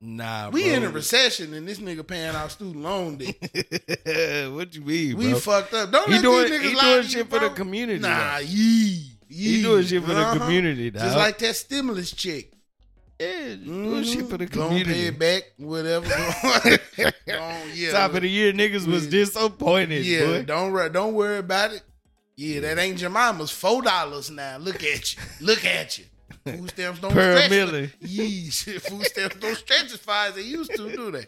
B: Nah,
A: We
B: bro.
A: in a recession and this nigga paying off student loan debt.
B: (laughs) what you mean,
A: We
B: bro?
A: fucked up. Don't
B: He
A: let
B: doing-
A: these niggas
B: he
A: lie
B: doing
A: to
B: shit
A: you,
B: for the
A: bro.
B: community,
A: Nah,
B: though.
A: yee,
B: he
A: yee.
B: doing shit for
A: Uh-huh.
B: the community, dog.
A: Just like that stimulus check.
B: yeah, doing shit for the
A: Mhm. Go and Pay
B: community.
A: it back, whatever. (laughs) Go on, yeah,
B: (laughs) Top of the year, niggas was
A: Yeah.
B: disappointed.
A: yeah.
B: boy.
A: Don't wor- don't worry about it. Yeah, that ain't Jemima's four dollars now. Look at you. Look at you. Food stamps don't
B: Per
A: stretch.
B: million.
A: Yeah, shit. (laughs) Food stamps don't stretch as far as they used to, do they?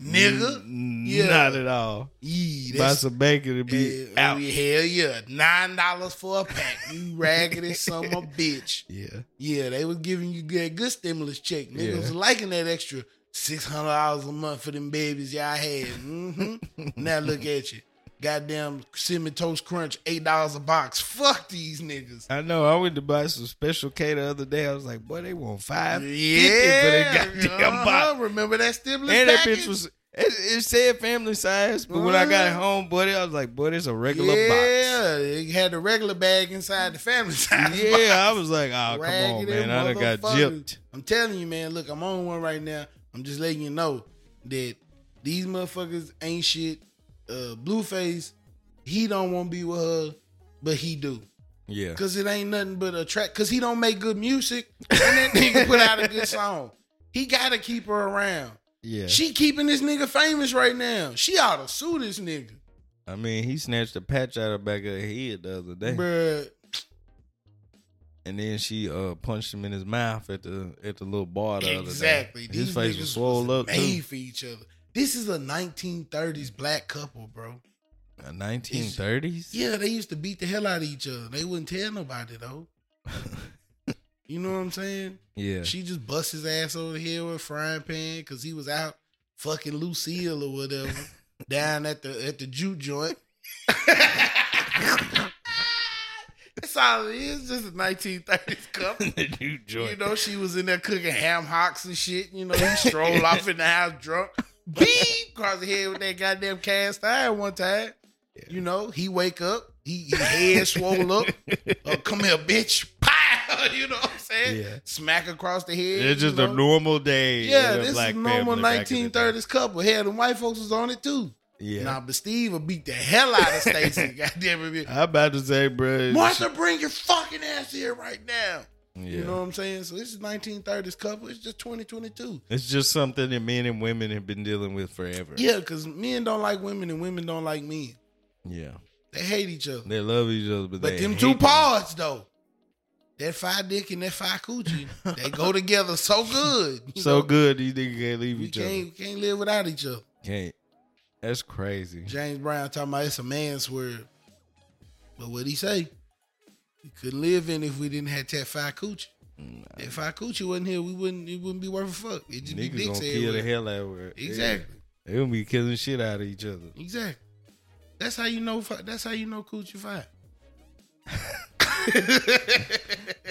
B: Mm,
A: Nigga. Yeah.
B: Not at all.
A: Yeah,
B: Buy
A: that's
B: some bacon and be
A: yeah,
B: out. Yeah.
A: hell yeah. Nine dollars for a pack. You raggedy son of a bitch. Yeah, they was giving you that good stimulus check. Niggas
B: Yeah.
A: was liking that extra six hundred dollars a month for them babies y'all had. hmm
B: (laughs)
A: now look at you, goddamn cinnamon toast crunch eight dollars a box. Fuck these niggas.
B: I know. I went to buy some special K the other day. I was like, boy, they want five fifty
A: Yeah,
B: for the goddamn
A: uh-huh.
B: box.
A: Remember that stimulus
B: And that
A: package?
B: bitch was it, it said family size, but when I got
A: Uh-huh.
B: home, buddy, I was like, boy, it's a regular (laughs) box.
A: yeah, it had the regular bag inside the family size. box.
B: Yeah, I was like, oh, come on,
A: Raggedy
B: man. I done got
A: motherfuckers.
B: gypped.
A: I'm telling you, man. Look, I'm on one right now. I'm just letting you know that these motherfuckers ain't shit. uh, Blueface, he don't want to be with her, but he do.
B: Yeah.
A: Cause it ain't nothing but a track. Cause he don't make good music, and that nigga put out a good song. He gotta keep her around.
B: Yeah.
A: She keeping this nigga famous right now. She oughta sue this nigga,
B: I mean, he snatched a patch out of the back of her head the other day,
A: bruh.
B: and then she uh punched him in his mouth at the at the little bar the
A: Exactly.
B: other day. His
A: These
B: face
A: niggas
B: was swole up
A: Made
B: too.
A: for each other. This is a 1930s black couple, bro.
B: Uh, 1930s.
A: Yeah, they used to beat the hell out of each other. They wouldn't tell nobody though. You know what I'm saying?
B: Yeah. (laughs)
A: She just bust his ass over the head with a frying pan because he was out fucking Lucille or whatever down at the at the juke joint. (laughs) That's all it is. Just a 1930s couple.
B: you
A: You know, she was in there cooking ham hocks and shit. You know, he strolled off in the house
B: (laughs)
A: drunk. Beep! Across the head with that goddamn cast iron one time. You know, he wake up, he, he head swole up. Oh, come here, bitch. Pow! (laughs) You know what I'm saying?
B: Yeah.
A: Smack across the head.
B: It's
A: you
B: just
A: know?
B: a normal day.
A: Yeah,
B: in a
A: this
B: black
A: is normal
B: family back in the day.
A: 1930s couple. Hell, the white folks was on it too.
B: Yeah.
A: Nah, but Steve will beat the hell out of
B: (laughs)
A: Stacy. goddamn it.
B: I'm about to say, bro.
A: Martha, bring your fucking ass here right now.
B: Yeah.
A: You know what I'm saying? So this is 1930s couple. It's just 2022.
B: it's just something that men and women have been dealing with forever.
A: Yeah, because men don't like women and women don't like men.
B: Yeah.
A: They hate each other.
B: They love each other, but,
A: But
B: they
A: them
B: hate
A: two paws though, that five dick and that five coochie, they go together so good. you
B: So
A: know?
B: good, these niggas can't leave
A: We
B: each other.
A: can't can't live without each other.
B: Can't. That's crazy.
A: James Brown talking about it's a man's word, but what he say? We couldn't live in if we didn't have that five coochie. If our coochie wasn't here, we wouldn't. It wouldn't be worth a fuck. It just be
B: Niggas
A: dicks
B: gonna kill the
A: everywhere.
B: hell out of it.
A: Exactly.
B: They gonna be killing shit out of each other.
A: (laughs) Exactly. That's how you know. fi- That's how you know coochie five.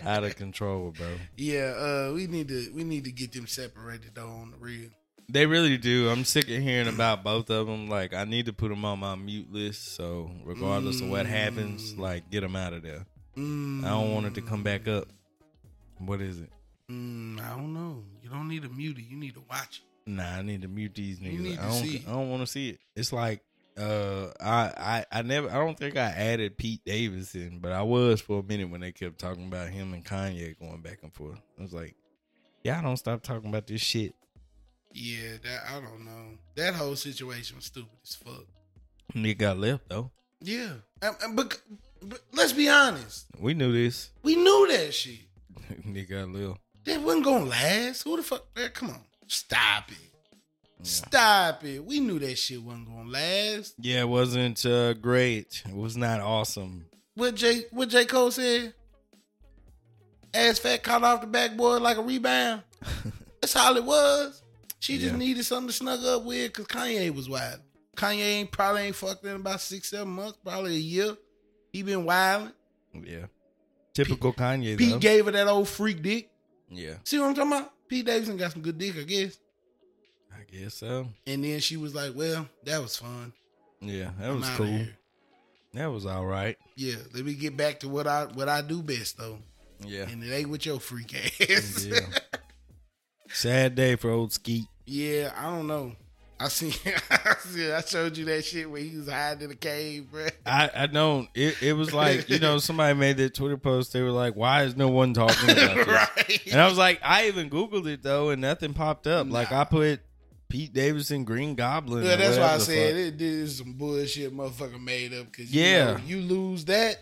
B: out of control, bro.
A: Yeah, uh, we need to we need to get them separated though on the real.
B: They really do. I'm sick of hearing about both of them. Like, I need to put them on my mute list. So, regardless of what happens, like, get them out of there.
A: Mm,
B: I don't want it to come back up. What is it?
A: mm, I don't know. You don't need a muted. You need to watch. it.
B: Nah, I need to mute these niggas.
A: need
B: I
A: to
B: don't.
A: see it.
B: I don't want to see it. It's like, uh, I, I, I never. I don't think I added Pete Davidson, but I was for a minute when they kept talking about him and Kanye going back and forth. I was like, y'all don't stop talking about this shit.
A: Yeah, that I don't know. That whole situation was stupid as fuck.
B: Nigga got left though.
A: Yeah, and, and bec- but let's be honest.
B: We knew this. (laughs)
A: We knew that shit.
B: Nigga got left.
A: That wasn't gonna last. Who the fuck? Man, come on, stop it. Stop it. We knew that shit wasn't gonna last.
B: Yeah, it wasn't uh, great. It was not awesome.
A: What J what J Cole said? Ass fat caught off the backboard like a
B: (laughs)
A: rebound. That's all it was. She just
B: Yeah.
A: needed something to snug up with because Kanye was wild. Kanye ain't probably ain't fucked in about six seven months, probably a year. He been wilding.
B: Yeah. Typical Kanye though.
A: Pete gave her that old freak dick.
B: yeah,
A: See what I'm talking about? Pete Davidson got some good dick, I guess.
B: I guess so.
A: And then she was like, "Well, that was fun.
B: Yeah, that
A: I'm
B: was
A: outta
B: cool.
A: here."
B: That was all right.
A: Yeah, let me get back to what I what I do best though,
B: Yeah.
A: and it ain't with your freak ass. (laughs)
B: (laughs) Yeah. Sad day for old Skeet.
A: Yeah, I don't know. I seen, (laughs) I seen, I showed you that shit where he was hiding in a cave, bro.
B: I, I don't. It, it was like, you know, somebody made that Twitter post. They were like, why is no
A: (laughs)
B: one talking about this?
A: right.
B: And I was like, I even Googled it, though, and nothing popped up. Like,
A: Nah.
B: I put Pete Davidson, Green Goblin.
A: Yeah,
B: or
A: that's why I
B: whatever the
A: said
B: fuck.
A: it, this is some bullshit, motherfucker made up. Cause yeah,
B: Yeah.
A: you lose that,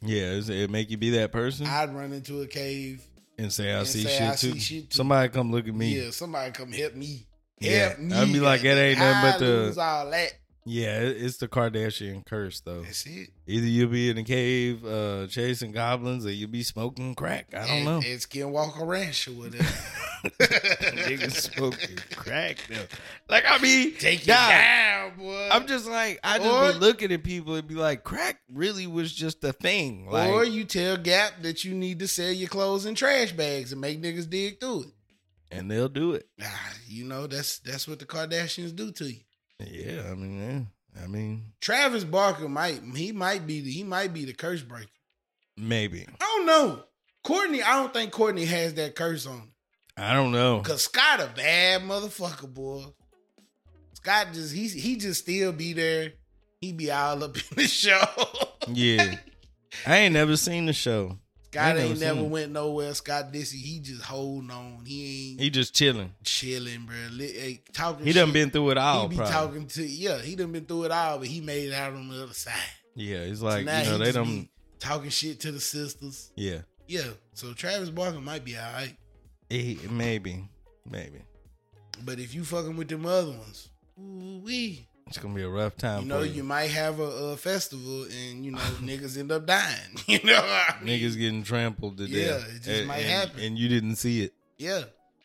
B: Yeah, is it make you be that person
A: I'd run into a cave.
B: and say, I,
A: and
B: see,
A: say,
B: shit
A: I see
B: too.
A: shit too.
B: Somebody come look at me.
A: Yeah, somebody come help me.
B: Yeah.
A: help me.
B: I'd be like, that ain't nothing but
A: I
B: the-
A: lose all that.
B: Yeah, it- it's the Kardashian curse, though.
A: That's it.
B: Either you'll be in a cave uh, chasing goblins or you'll be smoking crack. I don't
A: and,
B: know.
A: And Skinwalker Ranch or
B: (laughs) Niggas
A: whatever.
B: smoking crack, though. Like, I mean,
A: (laughs) Take it
B: nah,
A: down, boy.
B: I'm just like, I just
A: Or-
B: be looking at people and be like, crack really was just a thing. Like,
A: or you tell Gap that you need to sell your clothes in trash bags and make niggas dig through it.
B: and they'll do it.
A: Nah, you know that's that's what the Kardashians do to you.
B: Yeah, I mean, yeah, I mean,
A: Travis Barker might he might be the, he might be the curse breaker.
B: maybe.
A: I don't know. Courtney, I don't think Courtney has that curse on. her.
B: I don't (laughs) know.
A: Cause Scott a bad motherfucker, boy. Scott just he he just still be there he be all up (laughs) in the show.
B: Yeah. I ain't never seen the show.
A: Scott
B: never
A: ain't never
B: seen it.
A: went nowhere. Scott Dissy, he just holding on. He ain't
B: He just chilling.
A: chilling, bro. Li- hey, talking.
B: He done
A: shit.
B: been through it all.
A: He be
B: probably.
A: talking to yeah. He done been through it all, but he made it out on the other side.
B: Yeah, it's like
A: now
B: you know
A: he
B: they
A: just
B: don't.
A: be talking shit to the sisters.
B: Yeah,
A: Yeah, so Travis Barker might be all right,
B: Eh, maybe, maybe
A: but if you fucking with them other ones, ooh wee.
B: it's gonna be a rough time.
A: you know,
B: for
A: you might have a, a festival and you know (laughs) niggas end up dying. (laughs) You know, what I mean?
B: niggas getting trampled to
A: Yeah,
B: death.
A: it just
B: and,
A: might
B: and-
A: happen.
B: and you didn't see it.
A: Yeah,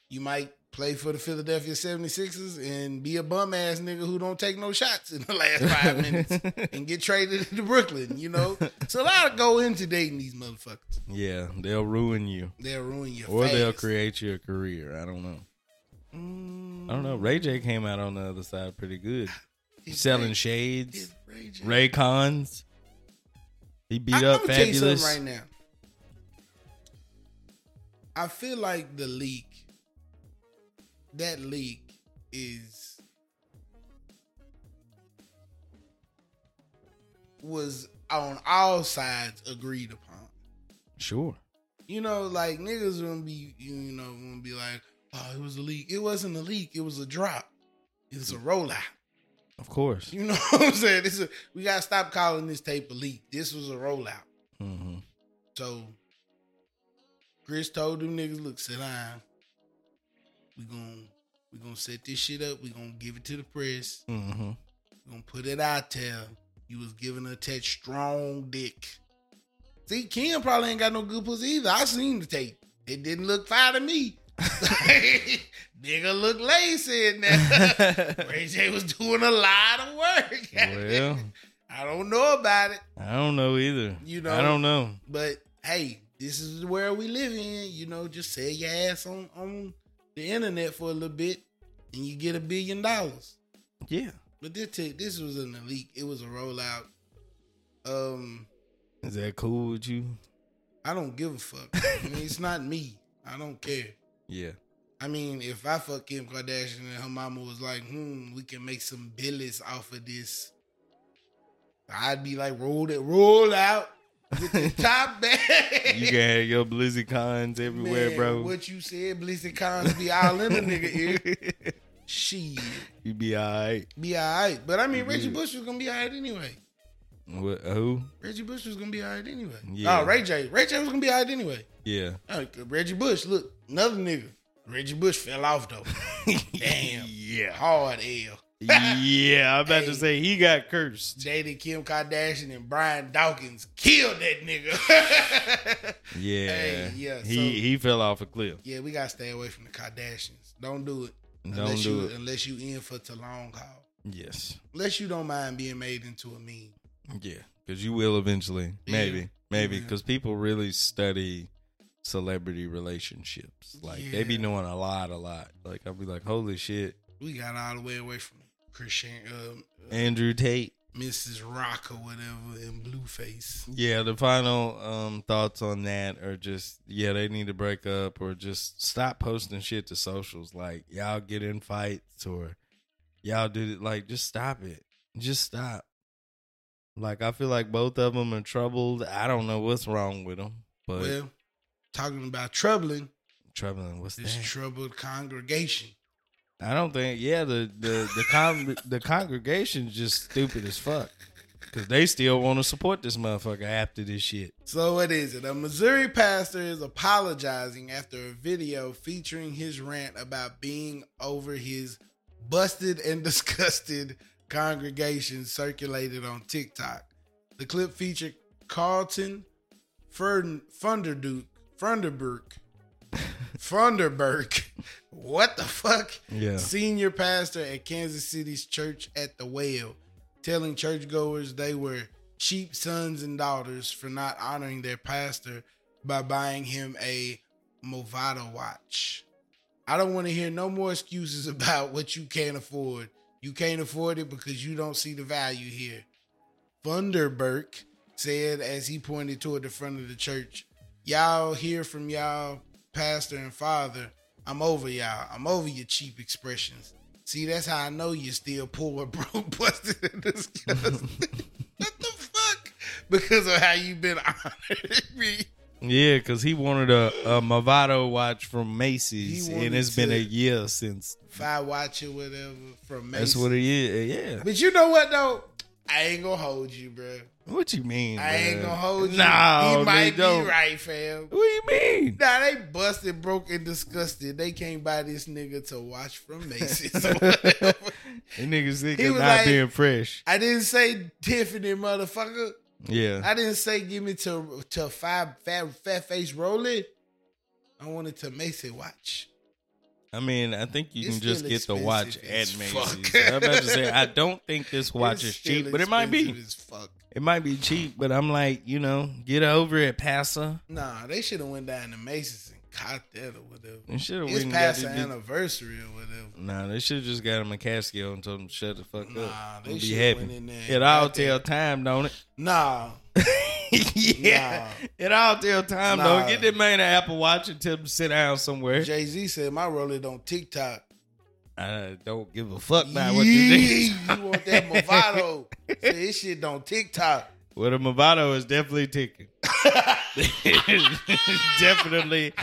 A: you might play for the Philadelphia 76ers and be a bum ass nigga who don't take no shots in the last five minutes
B: (laughs)
A: and get traded to Brooklyn. You know, so a lot go into dating these motherfuckers.
B: yeah, they'll ruin you,
A: They'll ruin your
B: or they'll
A: fast.
B: create you a career. I don't know.
A: Mm,
B: I don't know. Ray J came out on the other side
A: (sighs)
B: pretty good,
A: it's
B: selling
A: Ray-
B: shades,
A: it's Ray J.
B: Ray Cons. He beat
A: I-
B: up
A: I'ma tell you something
B: fabulous.
A: right now. I feel like the leak, that leak is was on all sides agreed upon.
B: Sure.
A: You know, like niggas gonna be, you know, gonna be like, oh, it was a leak. It wasn't a leak. It was a drop. It's a rollout.
B: Of course.
A: You know (laughs) what I'm saying? This is we gotta stop calling this tape a leak. This was a rollout.
B: hmm
A: So Chris told them niggas, look, sit down. We gon' we gonna set this shit up. We gonna give it to the press. (laughs)
B: hmm
A: We gonna put it out there. You was giving her that strong dick. See, Kim probably ain't got no good pussy either. I seen the tape. It didn't look fire to me. Nigga look lazy in
B: (laughs)
A: there. Ray J was doing a lot of work.
B: well,
A: (laughs) I don't know about it.
B: I don't know either.
A: You
B: I
A: know.
B: don't know.
A: But hey, this is the world we live in. You know, just sell your ass on on the internet for a little bit, and you get a billion dollars.
B: Yeah.
A: But this t- this was an elite. It was a rollout. Um,
B: Is that cool with you?
A: I don't give a fuck. I mean, it's not me. I don't care.
B: Yeah.
A: I mean, if I fuck Kim Kardashian and her mama was like, "Hmm, we can make some billies off of this," I'd be like, "Roll it, roll out, get the top back."
B: You can have your Blizzy cons everywhere,
A: Man,
B: bro.
A: What you said, Blissy Cons be all in the nigga ear. She
B: (laughs) you be alright.
A: be alright. But I mean
B: Mhm.
A: Reggie Bush was gonna be alright anyway.
B: What who?
A: Reggie Bush was gonna be alright anyway.
B: Yeah.
A: Oh, Ray J. Ray J was gonna be alright anyway.
B: Yeah.
A: Uh, Reggie Bush, look, another nigga. Reggie Bush fell off though. (laughs) (laughs) Damn.
B: (laughs) Yeah.
A: Hard L.
B: yeah. I'm about
A: Hey.
B: to say he got cursed.
A: Jada Kim Kardashian and Brian Dawkins killed that nigga. (laughs)
B: Yeah.
A: Hey, yeah,
B: He
A: so-
B: he fell off a cliff.
A: yeah, we gotta stay away from the Kardashians. Don't do it.
B: Don't
A: unless
B: do
A: you
B: it.
A: unless you in for the long haul.
B: Yes.
A: Unless you don't mind being made into a meme.
B: Yeah. Cause you will eventually.
A: Yeah.
B: Maybe. Maybe.
A: Yeah.
B: Cause people really study celebrity relationships. Like they be
A: Yeah.
B: knowing a lot, a lot. Like I'll be like, holy shit.
A: We got all the way away from Christian, um, uh,
B: Andrew Tate.
A: Mrs. Rock or whatever, and Blueface.
B: Yeah, the final um thoughts on that are just yeah, they need to break up or just stop posting shit to socials. Like y'all get in fights or y'all do it. Like just stop it. Just stop. Like I feel like both of them are troubled. I don't know what's wrong with them, but
A: well, talking about troubling
B: troubling. What's
A: this
B: that?
A: troubled congregation.
B: I don't think. Yeah, the the the con- the congregation's just stupid as fuck because they still want to support this motherfucker after this shit.
A: So what is it? A Missouri pastor is apologizing after a video featuring his rant about being over his busted and (laughs) disgusted congregation circulated on TikTok. The clip featured Carlton Fern- Funderduke Funderburk Funderburk. What the fuck?
B: Yeah.
A: Senior pastor at Kansas City's Church at the Well, telling churchgoers they were cheap sons and daughters for not honoring their pastor by buying him a Movado watch. I don't want to hear no more excuses (laughs) about what you can't afford. You can't afford it because you don't see the value here. Funderburk said as he pointed toward the front of the church, Y'all hear from y'all, pastor and father. I'm over y'all. I'm over your cheap expressions. See, that's how I know you're still poor, (laughs) broke, busted, and
B: (laughs)
A: disgusted. what the fuck? Because of how you've been honoring me.
B: Yeah, because he wanted a, a Movado watch from Macy's,
A: He
B: and it's
A: wanted
B: been a
A: to-
B: year since.
A: If I watch it, whatever, from
B: That's
A: Mason.
B: what it is.
A: eh,
B: Yeah.
A: but you know what, though? I ain't gonna hold you, bro.
B: What you mean?
A: I ain't
B: bruh?
A: gonna hold you.
B: Nah,
A: he
B: they
A: might
B: don't.
A: be right, fam.
B: What do you mean?
A: Nah, they busted, broke, and disgusted. They came by this nigga to watch from
B: (laughs)
A: Macy's. or whatever.
B: That niggas think
A: He
B: of
A: was
B: not
A: like-
B: being fresh.
A: I didn't say Tiffany, motherfucker.
B: Yeah.
A: I didn't say give me to to five fat fat face rolling. I wanted to Macy watch.
B: I mean, I think you
A: It's
B: can just
A: still
B: get the watch at
A: expensive as
B: Macy's.
A: fuck.
B: I'm about to
A: (laughs)
B: say I don't think this watch
A: It's
B: is
A: still
B: cheap, but it might be.
A: expensive as fuck.
B: It might be cheap, but I'm like, you know, get over it, Passa.
A: Nah, they should have went down to Macy's and caught that or whatever.
B: And should have
A: It's
B: went and got
A: past
B: it.
A: the
B: just-
A: anniversary or whatever.
B: Nah, they should have just got him a casket and told him to shut the fuck
A: Nah,
B: up.
A: they
B: and be
A: should
B: happy.
A: went in there. and
B: It all
A: got that.
B: tell time, don't it? (laughs)
A: Nah,
B: yeah. It all tell time,
A: Nah.
B: don't it? Get that man an Apple Watch and tell him to sit down somewhere.
A: Jay Z said my roller don't TikTok.
B: I don't give a fuck
A: Nah,
B: about what you
A: you,
B: think. (laughs)
A: want that Movado? Said, this shit don't TikTok.
B: Well, the Movado is definitely ticking. (laughs) definitely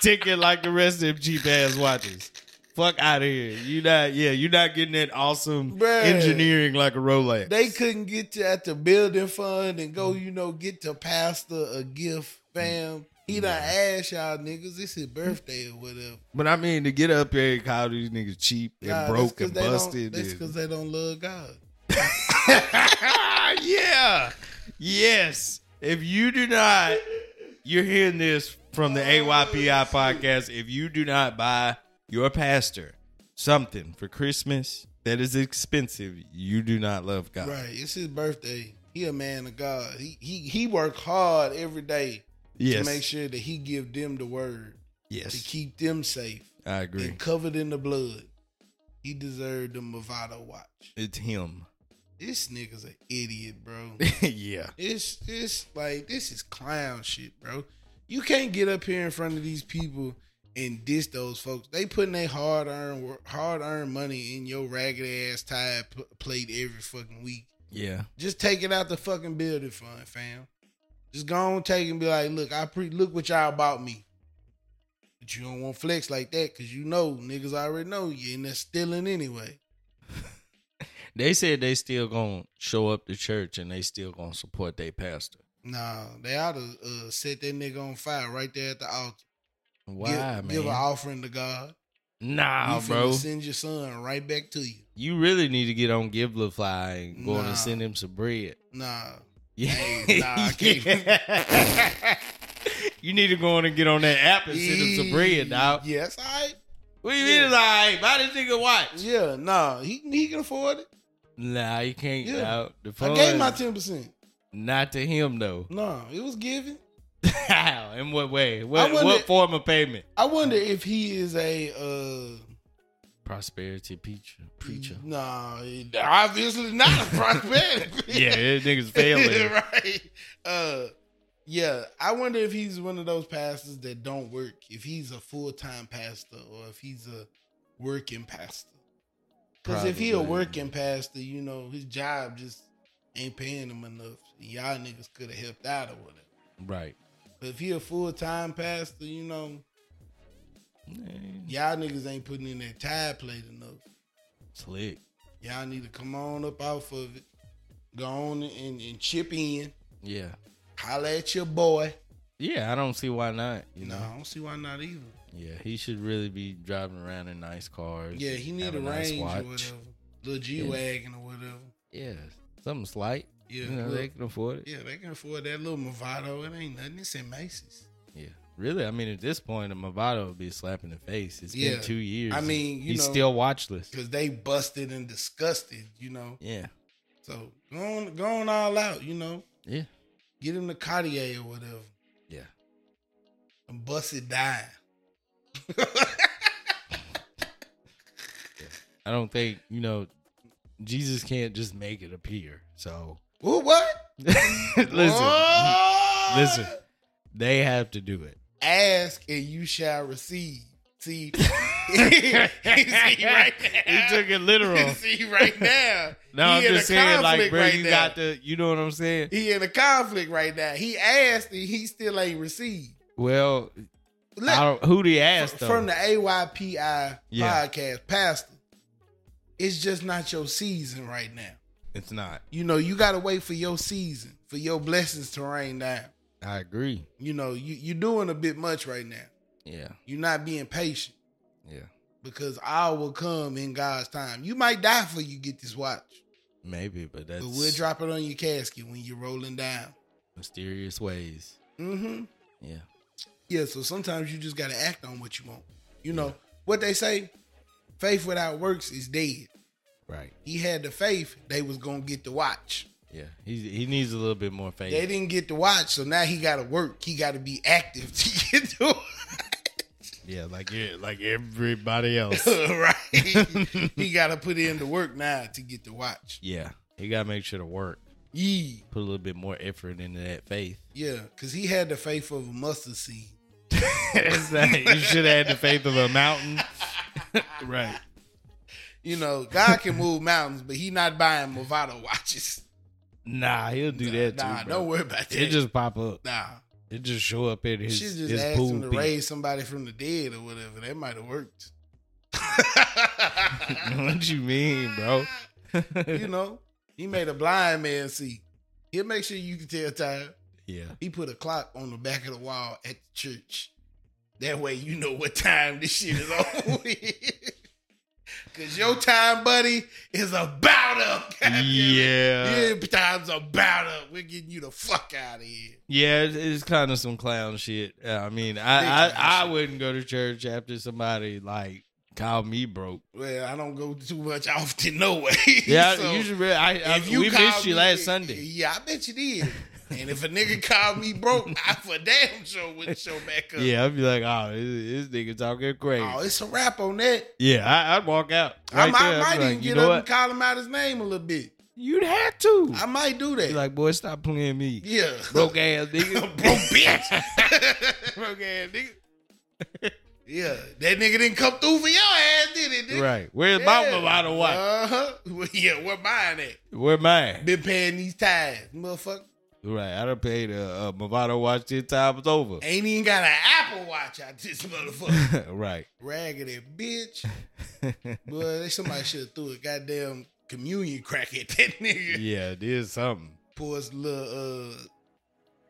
B: ticking like the rest of them cheap ass watches. Fuck out of here. You not yeah, you not getting that awesome
A: Bruh.
B: engineering like a Rolex.
A: They couldn't get to at the building fund and
B: Mm.
A: go, you know, get to pastor a gift, fam. He done asked y'all niggas, it's his birthday or whatever.
B: but I mean to get up here and call these niggas cheap and
A: Nah, that's
B: broke
A: 'cause
B: and
A: they don't-
B: busted.
A: That's
B: and-
A: because they don't love God.
B: Ah, yeah. Yes. If you do not, you're hearing this from the
A: Oh,
B: AYPI podcast. If you do not buy your pastor something for Christmas that is expensive, you do not love God.
A: Right. It's his birthday. He a man of God. He he he work hard every day
B: Yes.
A: to make sure that he give them the word to
B: Yes.
A: keep them safe
B: I agree.
A: and covered in the blood. He deserved the Movado watch. (laughs)
B: It's him.
A: This nigga's an idiot, bro.
B: yeah.
A: It's it's like this is clown shit, bro. You can't get up here in front of these people and diss those folks. They putting their hard earned hard earned money in your ragged ass tired p- plate every fucking week.
B: Yeah.
A: Just take it out the fucking building fund, fam. Just go on take it and be like, look, I pre look what y'all bought me. But you don't want flex like that because you know niggas already know you and they're stealing anyway.
B: They said they still gonna show up to church and they still gonna support their pastor.
A: Nah, they oughta uh, set that nigga on fire right there at the altar.
B: Why,
A: give,
B: man?
A: give an offering to God.
B: nah,
A: you finna
B: bro.
A: send your son right back to you.
B: you really need to get on Givelify and go on
A: Nah.
B: and send him some bread. (laughs)
A: Nah.
B: Yeah.
A: Hey, nah, I can't.
B: you need to go on and get on that app and send him some bread, dog.
A: Yes, all right.
B: What do you mean?
A: Yeah.
B: It's all right. Buy this nigga a watch.
A: Yeah, nah. He he can afford it.
B: Nah, you can't.
A: Yeah.
B: dawg. The
A: I
B: fund,
A: gave my ten percent.
B: not to him though. (laughs)
A: No, it was given.
B: How? In what way? What,
A: wonder-
B: what form of payment?
A: I wonder if he is a uh
B: Prosperity preacher. Preacher.
A: Mm-hmm. Nah, he- obviously not a (laughs) prosperity. (laughs)
B: yeah, that nigga's failing.
A: right. Uh, yeah. I wonder if he's one of those pastors that don't work. If he's a full time pastor or if he's a working pastor. Because if he a
B: Probably.
A: working pastor, you know his job just ain't paying him enough. Y'all niggas could have helped out or whatever.
B: Right.
A: But if he a full time pastor, you know
B: Yeah.
A: y'all niggas ain't putting in that tie plate enough.
B: Slick.
A: Y'all need to come on up off of it. Go on and, and chip in.
B: Yeah.
A: Holla at your boy.
B: Yeah, I don't see why not. You
A: No,
B: know.
A: I don't see why not either.
B: Yeah, he should really be driving around in nice cars.
A: Yeah, he
B: have
A: need a,
B: nice
A: range
B: watch.
A: or whatever. Little G Wagon or whatever.
B: Yeah, something slight.
A: Yeah,
B: you know,
A: look.
B: they can afford it.
A: Yeah, they can afford that little Movado. It ain't nothing. It's in Macy's.
B: Yeah. Really, I mean, at this point, a Movado would be a slap in the face. It's
A: Yeah.
B: been two years.
A: I mean, you
B: he's
A: know-
B: still watchless.
A: Because they busted and disgusted, you know.
B: Yeah,
A: So go on, go on all out, you know.
B: yeah,
A: Get him the Cartier or whatever.
B: yeah.
A: And bust it down.
B: I don't think you know. Jesus can't just make it appear. So (laughs)
A: Ooh, what?
B: listen,
A: What?
B: listen.
A: (laughs)
B: They have to do it. (laughs)
A: Ask and you shall receive. See, (laughs) See, right
B: he
A: now.
B: took it literal.
A: (laughs) See right now.
B: (laughs) No,
A: he
B: I'm
A: in
B: just
A: a
B: saying, like,
A: conflict
B: bro,
A: right
B: you
A: now.
B: got the, you know what I'm saying?
A: He in a conflict right now. He asked and he still ain't received.
B: Well,
A: Look,
B: I don't, who the ass though?
A: from the AYPI
B: Yeah.
A: podcast, Pastor, it's just not your season right now.
B: it's not.
A: You know, you gotta wait for your season, for your blessings to rain down.
B: I agree.
A: You know, you you doing a bit much right now.
B: Yeah,
A: You're not being patient
B: yeah,
A: because all will come in God's time. You might die before you get this watch,
B: maybe, but that's
A: but we'll drop it on your casket when you're rolling down.
B: mysterious ways.
A: Mm-hmm.
B: Yeah,
A: Yeah, so sometimes you just gotta act on what you want. You know what they say? Faith without works is dead.
B: right.
A: He had the faith they was gonna get the watch.
B: Yeah, he he needs a little bit more faith.
A: They didn't get the watch, so now he gotta work. He gotta be active (laughs) to get
B: (laughs)
A: the
B: yeah, like you like
A: (laughs)
B: everybody else.
A: watch. right. he gotta put in the work now to get the watch.
B: yeah, he gotta make sure to work,
A: Yee.
B: put a little bit more effort into that
A: (laughs)
B: faith.
A: Yeah, because he had the faith of a mustard seed.
B: It's like, you should have had the faith of
A: (laughs)
B: a mountain. right.
A: You know, God
B: (laughs)
A: can move mountains, but he not buying Movado watches.
B: Nah, he'll do that too.
A: nah,
B: bro.
A: don't worry about that.
B: It just pop up.
A: nah.
B: It just show up in his
A: She just
B: his
A: asked him to
B: pool. beat.
A: raise somebody from the dead or whatever. That might have
B: (laughs)
A: worked.
B: what you mean,
A: (laughs)
B: bro? (laughs)
A: you know, he made a blind man see. He'll make sure you can tell time.
B: yeah.
A: He put a clock on the back of the wall at the church. That way you know what time this shit is over. (laughs) with. Cause your time, buddy, is about up. (laughs) goddamn it.
B: Yeah.
A: Your time's about up. We're getting you the fuck out of here.
B: Yeah, it's, it's kind of some clown shit. Uh, I mean,
A: Big
B: I, I,
A: clown
B: I
A: shit.
B: wouldn't go to church after somebody like called me broke.
A: Well, I don't go too much often, no way. (laughs)
B: Yeah,
A: So,
B: you should really. I, I, we
A: call
B: missed you
A: me-
B: last Sunday.
A: Yeah, I bet you did. and if a nigga called me broke, (laughs) I for damn sure wouldn't show back up.
B: Yeah, I'd be like, oh, this, this nigga talking crazy.
A: Oh, it's a wrap on that.
B: yeah, I, I'd walk out.
A: I
B: Right
A: might,
B: there. I'd
A: might
B: be
A: even
B: like, you
A: get
B: know
A: up
B: what?
A: and call him out his name a little bit.
B: You'd have to.
A: I might do that.
B: Be like, boy, stop playing me.
A: yeah. (laughs)
B: Broke ass
A: broke
B: nigga.
A: bitch. (laughs) broke ass nigga. yeah. That nigga didn't come through for your ass, did it? Nigga?
B: right. Where's
A: Yeah.
B: my Movado watch?
A: Uh-huh. (laughs) Well, yeah, where mine at?
B: Where mine?
A: Been paying these tithes, motherfucker.
B: Right. I done paid a, a Movado watch till time was over. (laughs)
A: Ain't even got an Apple Watch out this motherfucker.
B: right.
A: Raggedy bitch. Boy, they somebody should have threw a goddamn communion crack at that (laughs) nigga.
B: yeah, it is something.
A: Pour us a little uh,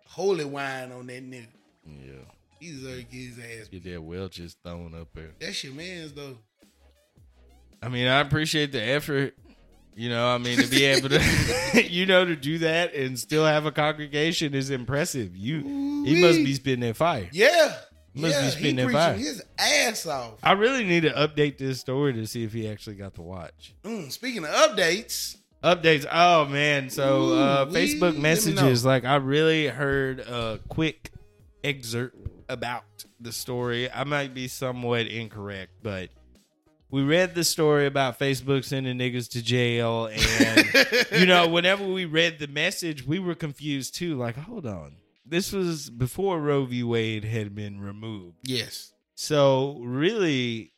A: holy wine on that nigga.
B: Yeah.
A: He deserve to get his ass.
B: Get that Welch's thrown up there.
A: That's your man's though.
B: I mean, I appreciate the effort. You know, I mean, to be able to, (laughs) you know, to do that and still have a congregation is impressive. You, he must be spitting that fire.
A: Yeah.
B: Must
A: yeah,
B: be spitting
A: he
B: that fire.
A: preaching his ass off.
B: I really need to update this story to see if he actually got the watch.
A: Mm, speaking of updates,
B: Updates. Oh man, so uh,
A: Ooh, wee. Let
B: Facebook
A: me
B: messages. Like I really heard a quick excerpt about the story. I might be somewhat incorrect, but we read the story about Facebook sending niggas to jail, and
A: (laughs)
B: you know, whenever we read the message, we were confused too. Like, hold on, this was before Roe v. Wade had been removed.
A: yes.
B: So really,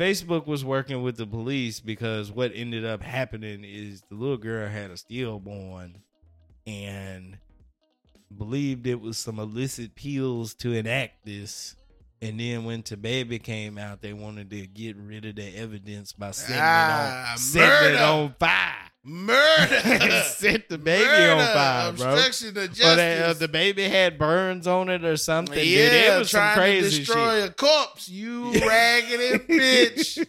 B: Facebook was working with the police because what ended up happening is the little girl had a stillborn and believed it was some illicit pills to enact this. And then when Tabebe came out, they wanted to get rid of the evidence by setting, it,
A: Ah,
B: on, setting it
A: murder.
B: on
A: (laughs)
B: fire.
A: Murder.
B: Set the (laughs) baby
A: Murder.
B: on fire, bro.
A: Obstruction to justice.
B: Or that, uh, the baby had burns on it or something. dude.
A: yeah,
B: It was some
A: trying
B: crazy
A: to destroy
B: shit.
A: a corpse.
B: (laughs)
A: You raggedy bitch.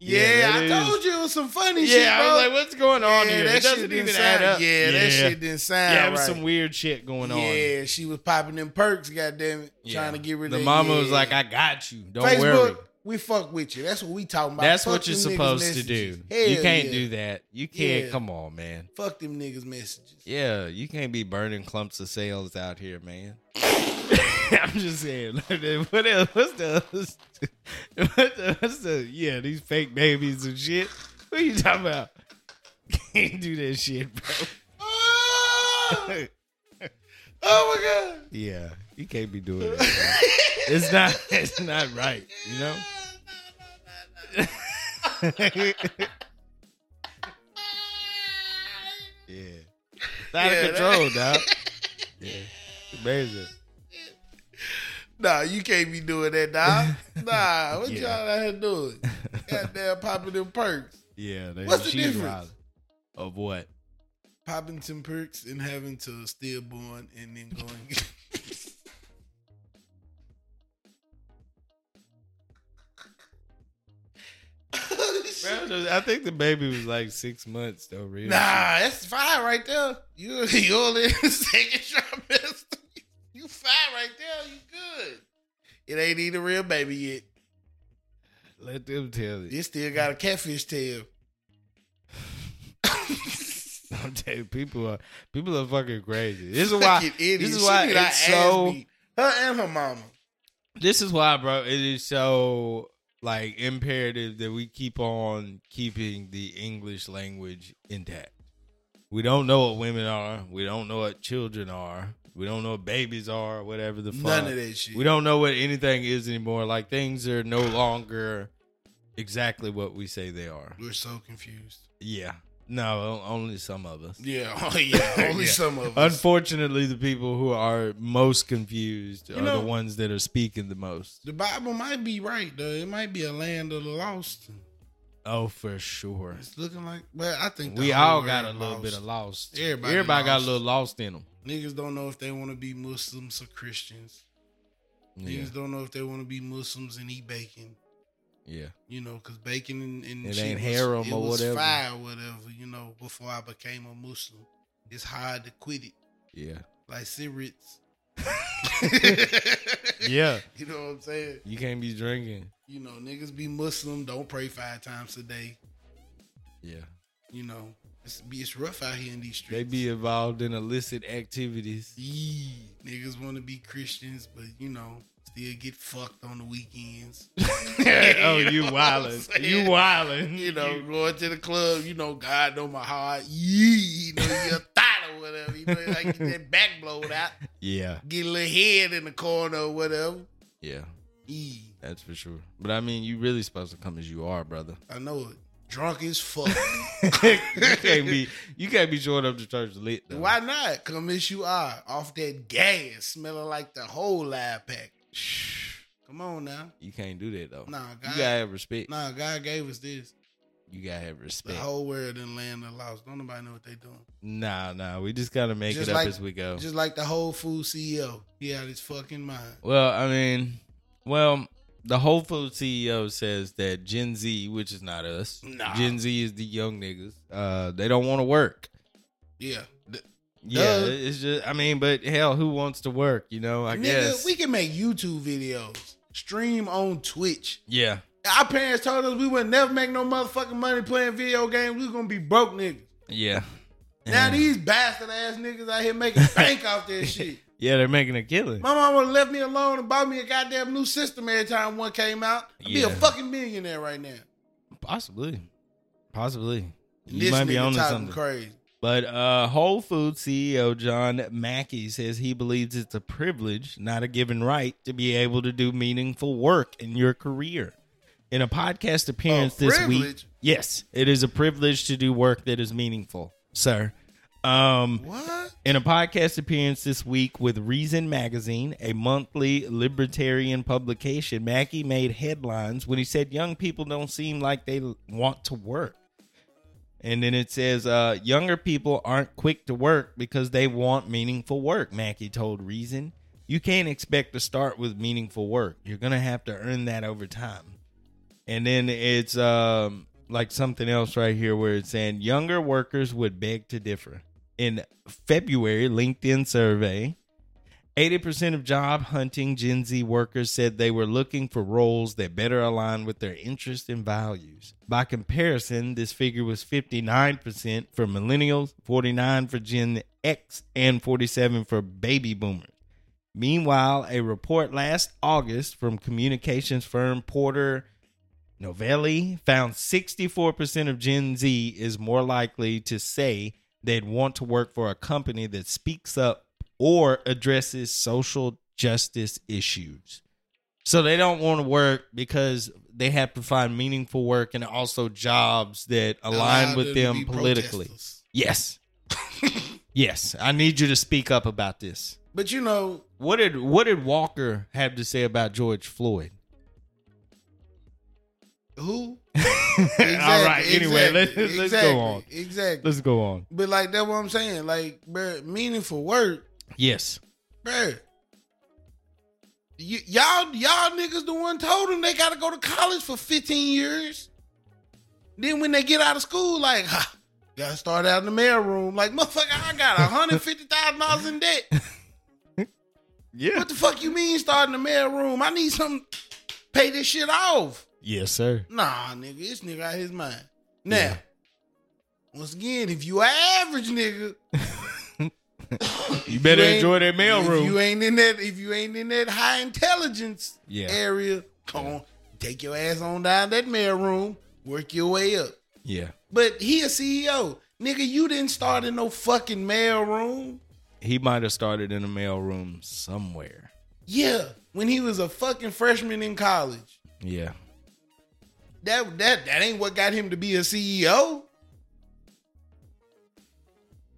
A: Yeah,
B: Yeah, that
A: I told you it was some (laughs) funny shit,
B: Yeah,
A: bro.
B: I was like, what's going on
A: Yeah,
B: here?
A: that
B: It doesn't
A: shit didn't
B: even
A: sound-
B: add up.
A: Yeah, that shit didn't sound
B: Yeah, it was
A: right.
B: some weird shit going on.
A: Yeah, she was popping them perks, goddamn it,
B: Yeah.
A: trying to get rid
B: The
A: of
B: mama
A: yeah.
B: was like, I got you. Don't
A: Facebook,
B: worry.
A: we fuck with you. That's what we talking about.
B: That's
A: Fuck
B: what you're
A: them niggas'
B: supposed to do.
A: messages. Hell
B: you can't
A: yeah.
B: do that. You can't.
A: Yeah.
B: Come on, man.
A: Fuck them niggas' messages.
B: Yeah, you can't be burning clumps of sales out here, man. (laughs) I'm just saying. (laughs) What else? What's the, what's the? What's the? Yeah, these fake babies and shit. What are you talking about? (laughs) Can't do that shit, bro. (laughs)
A: Oh, oh my god.
B: Yeah,
A: (laughs)
B: you can't be doing it. It's not. It's not right. You know. (laughs)
A: No, no, no,
B: yeah. It's
A: Yeah,
B: out of
A: that-
B: control, dog. Yeah. Amazing.
A: Nah, you can't be doing that,
B: (laughs)
A: nah. Nah, what
B: Yeah.
A: y'all out here
B: (laughs)
A: doing? Goddamn popping them perks.
B: Yeah. they-
A: What's the
B: she's
A: difference?
B: wild. Of what?
A: Popping some perks and having to stillborn and then going. (laughs)
B: I think the baby was like six months though. Real
A: nah, that's fine right there. You (laughs) you only in the second trimester. You fine right there. You good. It ain't even a real baby yet.
B: shit. Let them tell it.
A: It still got a catfish tail.
B: (laughs) I'm telling you, people are people are fucking crazy. This is why.
A: Fucking idiot.
B: This is
A: She
B: why
A: need her
B: it's
A: ass
B: so.
A: beat. Her and her mama.
B: This is why, bro. It is so like imperative that we keep on keeping the English language intact. We don't know what women are. We don't know what children are. We don't know what babies are. Whatever the fuck.
A: None of that shit.
B: We don't know what anything is anymore. Like things are no longer exactly what we say they are.
A: We're so confused.
B: Yeah. No, only some of us.
A: Yeah, (laughs) oh,
B: (laughs)
A: yeah. Only
B: Yeah.
A: some of us.
B: Unfortunately, the people who are most confused
A: You
B: are
A: know-
B: the ones that are speaking the most.
A: the Bible might be right though. It might be a land of the lost.
B: Oh, for sure.
A: It's looking like, but I think the
B: We
A: whole
B: all got a
A: world
B: little bit of
A: lost.
B: lost.
A: Everybody
B: got a
A: lost.
B: little lost in them.
A: niggas don't know if they want to be Muslims or Christians.
B: Yeah.
A: Niggas don't know if they want to be Muslims and eat bacon.
B: Yeah.
A: You know, because bacon and, and
B: It
A: shit
B: ain't
A: was-
B: haram
A: it
B: or
A: was
B: whatever.
A: Fire, or whatever. You know, before I became a Muslim, it's hard to quit it. (laughs)
B: Yeah.
A: Like
B: (laughs)
A: cigarettes. (laughs)
B: Yeah.
A: You know what I'm saying?
B: You can't be drinking.
A: You know, niggas be Muslim. Don't pray five times a day.
B: Yeah.
A: You know, it's be it's rough out here in these streets.
B: They be involved in illicit
A: (laughs)
B: activities.
A: Yee. niggas want to be Christians, but you know, still get fucked on the
B: (laughs)
A: weekends.
B: oh, you
A: know what I'm
B: wildin'.
A: saying?
B: You wildin'.
A: You know, going to the club. You know, God know my heart. Yee, you know, you
B: (laughs)
A: a thought or whatever. You know, like get that back blowed out,
B: Yeah.
A: get a little head in the corner or whatever.
B: Yeah.
A: Yee,
B: That's for sure. But I mean, you really supposed to come as you
A: (laughs)
B: are, brother. (laughs)
A: I know it. Drunk as fuck.
B: you can't be you can't be showing up to church lit though.
A: Why not? Come as you are, off that gas, smelling like the whole live pack. Come on now.
B: You can't do that though.
A: Nah,
B: you
A: God.
B: gotta have respect.
A: Nah, God gave us this.
B: You gotta have
A: The
B: respect.
A: whole world in land of lost. Don't nobody know what they doing.
B: nah, nah. We just gotta make
A: Just
B: it up
A: like-
B: as we go.
A: Just like the whole food CEO. He out his fucking mind.
B: well, I mean, well, the Whole Foods CEO says that Gen Z, which is not us,
A: Nah.
B: Gen Z is the young niggas. Uh, they don't want to work.
A: Yeah. Th-
B: Yeah,
A: Duh.
B: it's just. I mean, but hell, who wants to work? You know, I
A: Nigga,
B: guess.
A: we can make YouTube videos. Stream on Twitch.
B: yeah,
A: Our parents told us we would never make no motherfucking money playing video games. We gonna be broke niggas.
B: yeah. Mm.
A: Now these bastard ass niggas out here
B: (laughs)
A: making bank off that shit.
B: yeah, they're making a killing.
A: My mom would have left me alone and bought me a goddamn new system every time one came out. I'd be a
B: Yeah.
A: fucking millionaire right now.
B: Possibly. Possibly.
A: And
B: You
A: this
B: might be
A: nigga
B: on
A: talking
B: something.
A: crazy.
B: but uh, Whole Foods CEO John Mackey says he believes it's a privilege, not a given right, to be able to do meaningful work in your career. In a podcast appearance
A: A
B: this week,
A: privilege?
B: yes, it is a privilege to do work that is meaningful, sir. Um,
A: What?
B: in a podcast appearance this week with Reason Magazine, a monthly libertarian publication, Mackey made headlines when he said young people don't seem like they l- want to work. And then it says uh, younger people aren't quick to work because they want meaningful work, Mackey told Reason. You can't expect to start with meaningful work. You're going to have to earn that over time. And then it's um like something else right here where it's saying younger workers would beg to differ. In February, LinkedIn survey, 80% of job hunting Gen Z workers said they were looking for roles that better align with their interests and values. By comparison, this figure was 59% for millennials, 49 for Gen X, and 47 for baby boomers. Meanwhile, a report last August from communications firm Porter Novelli found 64% of Gen Z is more likely to say they'd want to work for a company that speaks up or addresses social justice issues. So they don't want to work because they have to find meaningful work and also jobs that align
A: Allowed
B: with
A: to
B: them
A: be
B: politically.
A: protesters.
B: Yes. (laughs) yes. I need you to speak up about this.
A: But you know,
B: What did what did Walker have to say about George (laughs) Floyd?
A: who?
B: (laughs) All right. Anyway, let's,
A: exactly,
B: let's
A: exactly,
B: go on.
A: Exactly.
B: Let's go on.
A: but like that's what I'm saying. Like, bruh, meaningful work,
B: Yes.
A: bruh. Y- y'all, y'all niggas, the one told them they gotta go to college for 15 years. Then when they get out of school, like, (laughs) ha, gotta start out in the mail room. Like, motherfucker, I got 150,000 dollars in debt.
B: Yeah.
A: What the fuck you mean starting the mail room? I need some pay this shit off.
B: Yes, sir.
A: Nah, nigga, this nigga out his mind. Now,
B: Yeah.
A: once again, if you average nigga,
B: You better
A: ain't-
B: enjoy that
A: if you
B: mailroom.
A: ain't in that, if you ain't in that high intelligence
B: Yeah.
A: area, come on, take your ass on down that mail room, work your way up.
B: Yeah.
A: But he a CEO, nigga. You didn't start in no fucking mail room.
B: He might have started in a mailroom somewhere.
A: Yeah, when he was a fucking freshman in college.
B: Yeah.
A: That that that ain't what got him to be a E CEO.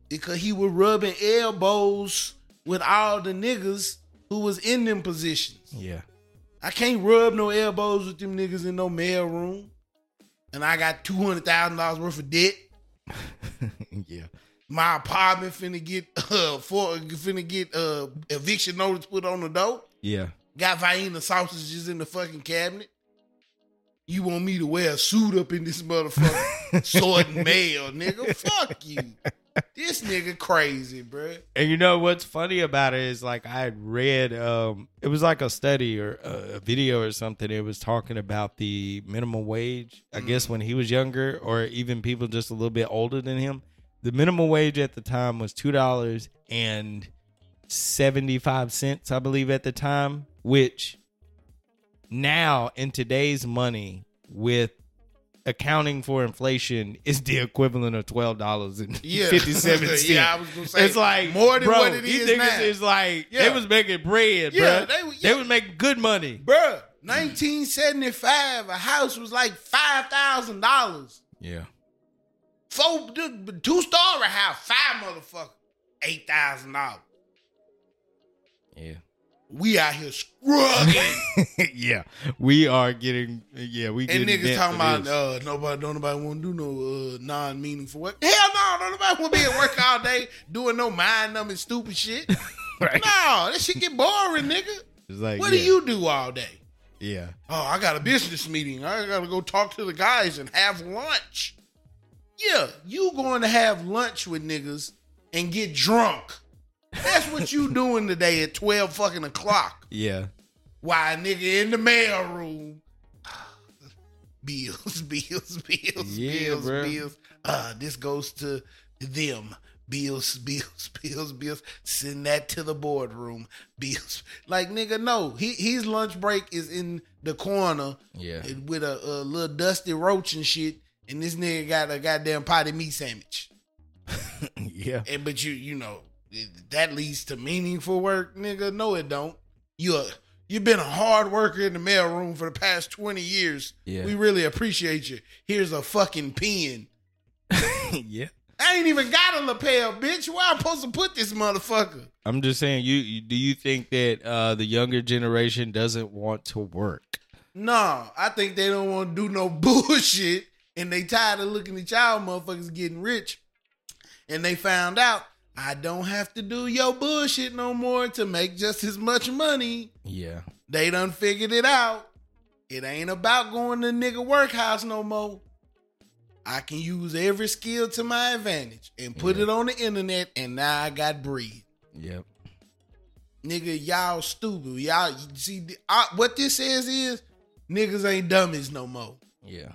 A: Because he was rubbing elbows with all the niggas who was in them positions.
B: Yeah.
A: I can't rub no elbows with them niggas in no mail room. And I got two hundred thousand dollars worth of debt.
B: (laughs) yeah.
A: My apartment finna get (laughs) uh for finna get uh eviction notice put on the door.
B: Yeah.
A: Got Vienna sausages in the fucking cabinet. You want me to wear a suit up in this motherfucker? Sword and mail, nigga. Fuck you. This nigga crazy, bruh.
B: And you know what's funny about it is like I had read um it was like a study or a, a video or something it was talking about the minimum wage I guess when he was younger or even people just a little bit older than him the minimum wage at the time was $2.75 I believe at the time which now in today's money with accounting for inflation is the equivalent of $12.57
A: Yeah. (laughs) yeah, I was gonna say
B: it's like
A: more than
B: bro,
A: what it
B: these
A: is
B: niggas
A: now.
B: is like
A: Yeah.
B: they was making bread,
A: Yeah,
B: bruh.
A: they were-
B: They,
A: yeah.
B: was making good money.
A: bruh, 1975, a house was like five thousand dollars.
B: Yeah,
A: Four two story house, five motherfucker, eight thousand dollars.
B: yeah,
A: We out here scrubbing.
B: (laughs) yeah. We are getting yeah. We
A: And
B: getting
A: niggas
B: bent
A: talking
B: for
A: about
B: this.
A: uh, nobody, don't nobody want to do no uh, non meaningful work. Hell no, don't nobody want to be at
B: (laughs)
A: work all day doing no mind numbing stupid shit. no,
B: right.
A: that shit get boring, nigga.
B: It's like
A: What
B: yeah,
A: do you do all day?
B: Yeah,
A: Oh, I got a business meeting. I gotta go talk to the guys and have lunch. Yeah, you going to have lunch with niggas and get drunk. That's what
B: (laughs)
A: you doing today at twelve fucking o'clock.
B: yeah,
A: Why a nigga in the mail room? (sighs) Bills, (laughs) bills, bills,
B: Yeah,
A: bills,
B: bruh.
A: bills. Uh, this goes to them. Bills, (laughs) bills, bills, bills. Send that to the boardroom. Bills. Like nigga, no. He his lunch break is in the corner
B: yeah,
A: and with a, a little dusty roach and shit. And this nigga got a goddamn potted meat sandwich.
B: yeah.
A: And but you you know that leads to meaningful work, nigga. No, it don't. You a, you've been a hard worker in the mailroom for the past twenty years.
B: Yeah.
A: We really appreciate you. Here's a fucking pen.
B: (laughs) yeah.
A: I ain't even got a lapel, bitch. Where I'm supposed to put this motherfucker?
B: I'm just saying. You, you do you think that uh, the younger generation doesn't want to work?
A: Nah, I think they don't want to do no (laughs) bullshit, and they tired of looking at y'all motherfuckers getting rich, and they found out I don't have to do your bullshit no more to make just as much money.
B: Yeah,
A: They done figured it out. It ain't about going to nigga workhouse no more. I can use every skill to my advantage and put
B: Yeah.
A: it on the internet, and now I got breed.
B: yep,
A: Nigga, y'all stupid. Y'all you see I, what this says is niggas ain't dummies no more.
B: yeah,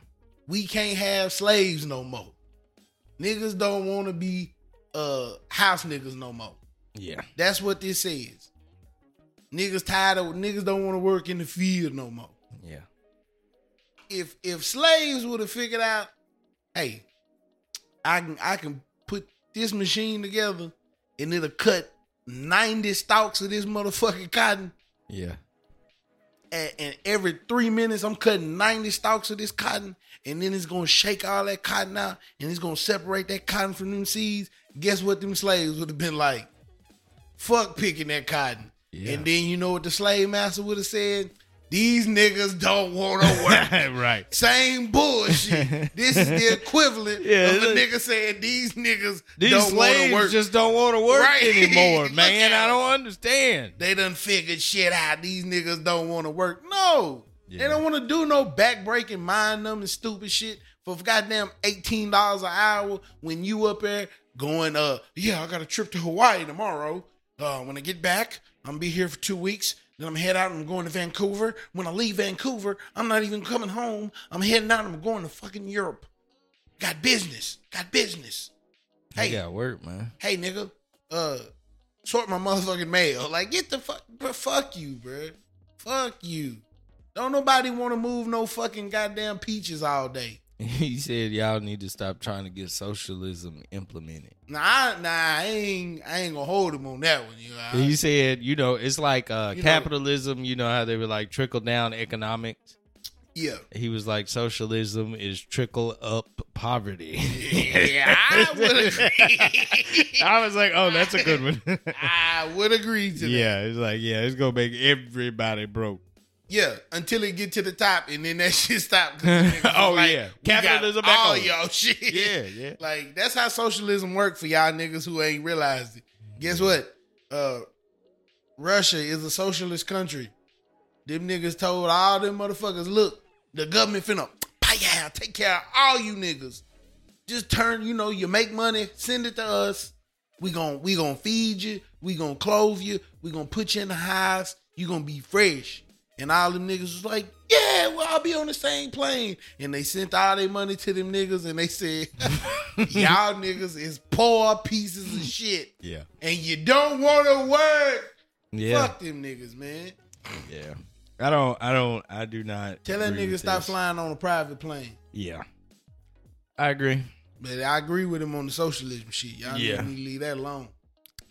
A: We can't have slaves no more. Niggas don't want to be uh house niggas no more.
B: yeah,
A: That's what this says. Niggas tired of niggas don't want to work in the field no more.
B: yeah,
A: if if slaves would have figured out, hey, I can I can put this machine together and it'll cut ninety stalks of this motherfucking cotton
B: yeah,
A: and, and every three minutes I'm cutting 90 stalks of this cotton, and then it's gonna shake all that cotton out, and it's gonna separate that cotton from them seeds. Guess what? Them slaves would have been like, "Fuck picking that cotton."
B: Yeah.
A: And then you know what the slave master would have said? These niggas don't want to work.
B: (laughs) right.
A: Same bullshit.
B: (laughs)
A: this is the equivalent
B: Yeah,
A: of a
B: look.
A: nigga saying these niggas
B: These
A: don't want to
B: slaves
A: work.
B: just don't want to work (laughs)
A: Right.
B: anymore,
A: Look
B: man.
A: at
B: I
A: 'em.
B: don't understand.
A: they done figured shit out. These niggas don't want to work. No.
B: Yeah.
A: They don't want to do no back breaking, mind numbing, stupid shit for goddamn $18 an hour when you up there going, uh, yeah, I got a trip to Hawaii tomorrow. Uh, when I get back, I'm gonna be here for two weeks. Then I'm head out and I'm going to Vancouver. When I leave Vancouver, I'm not even coming home. I'm heading out and I'm going to fucking Europe. Got business. Got business.
B: Hey,
A: Hey,
B: got work, man.
A: hey nigga, uh, sort my motherfucking mail. (laughs) Like, get the fuck, bro, fuck you, bruh. Fuck you. Don't nobody want to move no fucking goddamn peaches all day.
B: (laughs) He said y'all need to stop trying to get socialism implemented.
A: Nah, I, nah, I ain't, I ain't gonna hold him on that one. You know, I-
B: He said, Uh, you know, it's like uh,
A: You know-
B: capitalism. you know how they were like trickle down economics.
A: yeah,
B: He was like, socialism is trickle up
A: (laughs)
B: poverty.
A: yeah, I
B: (laughs)
A: would agree. (laughs)
B: I was like, oh, that's a good one.
A: I would agree to that.
B: yeah, it's like, yeah, it's gonna make everybody broke.
A: Yeah, until it get to the top, and then that (laughs) shit stop. 'cause the
B: (laughs)
A: niggas
B: Oh,
A: like,
B: yeah.
A: we got
B: Capitalism back
A: all
B: on.
A: y'all (laughs) shit.
B: Yeah, yeah.
A: Like that's how socialism worked for y'all niggas who ain't realized it. Guess what? Uh Russia is a socialist country. Them niggas told all them motherfuckers, look, the government finna yeah, take care of all you niggas. Just turn, you know, you make money, send it to us. We gon' we gonna feed you, we gonna clothe you, we gonna put you in the hives, you gonna be fresh. And all them niggas was like, yeah, well, I'll be on the same plane. And they sent all their money to them niggas and they said, (laughs) y'all niggas is poor pieces of shit.
B: Yeah,
A: And you don't want to work.
B: yeah,
A: Fuck them niggas, man.
B: yeah. I don't, I don't, I do not
A: Tell that
B: agree
A: nigga
B: with
A: stop
B: this.
A: flying on a private plane.
B: Yeah, I agree.
A: But I agree with him on the socialism shit. Y'all
B: Yeah.
A: need to leave that alone.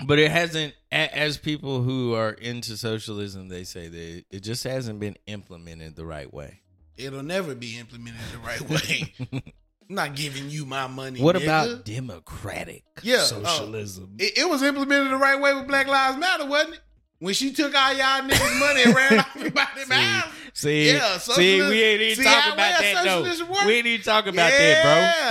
B: But it hasn't, a- as people who are into socialism, they say that it just hasn't been implemented the right way.
A: It'll never be implemented the right way.
B: (laughs)
A: I'm not giving you my money.
B: What
A: nigga.
B: about democratic
A: Yeah, oh.
B: socialism?
A: it, it was implemented the right way with Black Lives Matter, wasn't it? When she took all y'all niggas' money and
B: (laughs)
A: ran off about them houses.
B: see,
A: Yeah,
B: see, we ain't
A: socialism- see
B: even
A: how
B: talking about
A: well
B: that
A: socialism
B: though.
A: work?
B: We ain't even talking about
A: Yeah,
B: that,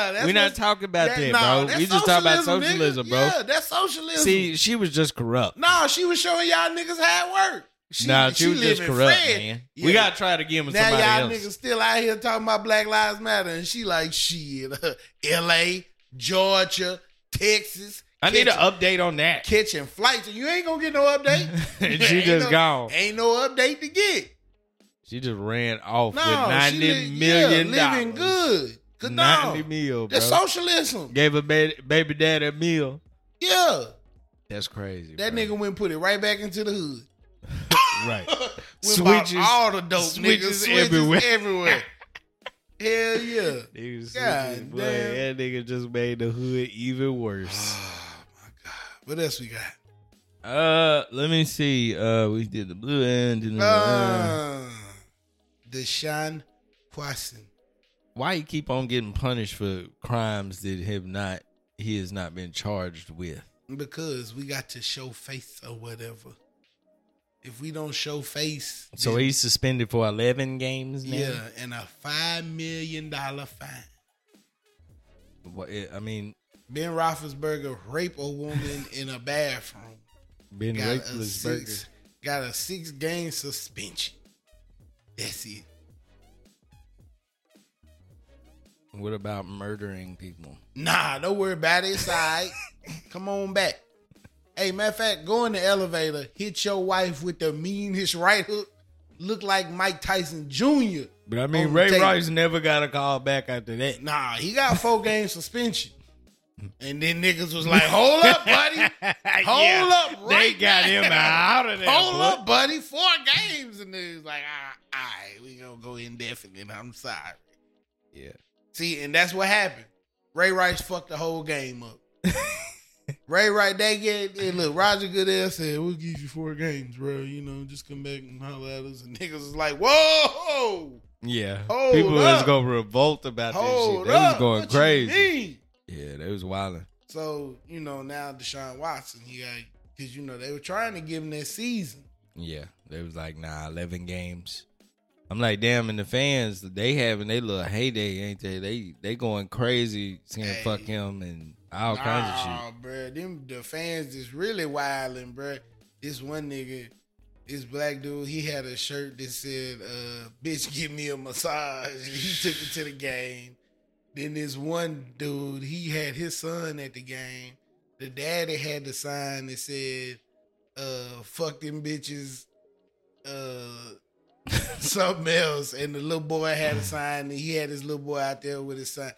B: bro.
A: that's
B: We're not
A: what-
B: talking about that,
A: That- nah,
B: bro.
A: that's
B: We just talking about
A: socialism, nigga.
B: socialism, bro.
A: Yeah, that's socialism.
B: See, she was just corrupt.
A: No, she was showing y'all niggas how it worked. She,
B: nah, she, was just
A: living
B: corrupt,
A: Fred.
B: man.
A: Yeah.
B: We gotta try it again with
A: now
B: somebody
A: y'all
B: else.
A: niggas still out here talking about Black Lives Matter, and she like shit, (laughs) L.A., Georgia, Texas.
B: I need an
A: catching,
B: update on that.
A: catching flights, and you ain't gonna get no update.
B: (laughs) she
A: Ain't
B: just
A: no-
B: gone.
A: Ain't no update to get.
B: She just ran off
A: No,
B: with
A: she
B: ninety
A: li-
B: million
A: yeah, living
B: dollars.
A: good. Good
B: Ninety
A: dog.
B: mil, bro.
A: That's socialism.
B: Gave a baby, baby dad a meal.
A: Yeah,
B: That's crazy.
A: that
B: bro.
A: nigga went and put it right back into the hood. (laughs)
B: right.
A: We bought
B: Switches-
A: all the dope
B: switches
A: niggas switches
B: everywhere.
A: everywhere. Hell yeah.
B: Nigga,
A: God
B: boy,
A: damn.
B: that nigga just made the hood even worse.
A: Oh my god. What else we got?
B: Uh, let me see. Uh, we did the blue end. Did the, uh,
A: Uh, Deshaun Watson.
B: why he keep on getting punished for crimes that have not he has not been charged with?
A: Because we got to show face or whatever. If we don't show face,
B: So
A: then-
B: he's suspended for eleven games now.
A: yeah, and a five million dollar fine.
B: What- it- eh, I mean,
A: Ben Roethlisberger rape a woman in a bathroom.
B: Ben
A: Got a
B: Roethlisberger.
A: six, got a six game suspension. That's it.
B: What about murdering people?
A: Nah, don't worry about it. It's all right. Come on back. Hey, matter of fact, go in the elevator, hit your wife with the meanest right hook. Look like Mike Tyson Jr.
B: But I
A: mean,
B: mean,
A: Ray
B: Ray Rice
A: Rice
B: never got a call back after that.
A: Nah, he got four game suspension. And then niggas was like, hold up,
B: (laughs)
A: buddy. Hold up, right
B: They got him out of there.
A: Hold
B: boy.
A: up, buddy. Four games. And then he's like, "Ah, all right, we going to go indefinite. I'm sorry.
B: Yeah. (laughs)
A: See, and that's what happened. Ray Rice fucked the whole game up. Ray right they get and look, Roger Goodell said, We'll give you four games, bro. You know, just come back and holler at us. And niggas is like, Whoa,
B: Yeah.
A: Hold
B: People was
A: up.
B: gonna revolt about this shit.
A: hold
B: They
A: up.
B: was going
A: what you
B: crazy.
A: mean?"
B: Yeah, they was wilding.
A: So, you know, now Deshaun Watson, he got because you know they were trying to give him that season.
B: Yeah. They was like, nah, eleven games. I'm like, damn, and the fans, they having they little heyday, ain't they? They they going crazy saying
A: Hey.
B: fuck him and all kinds of shit.
A: bro. Them the fans is really wilding, bro. This one nigga, this black dude, he had a shirt that said, uh, "Bitch, give me a massage." (laughs) And he took it to the game. Then this one dude, he had his son at the game. The daddy had the sign that said, uh, "Fuck them bitches." Uh, (laughs) something else, and the little boy had a sign, and he had his little boy out there with his son.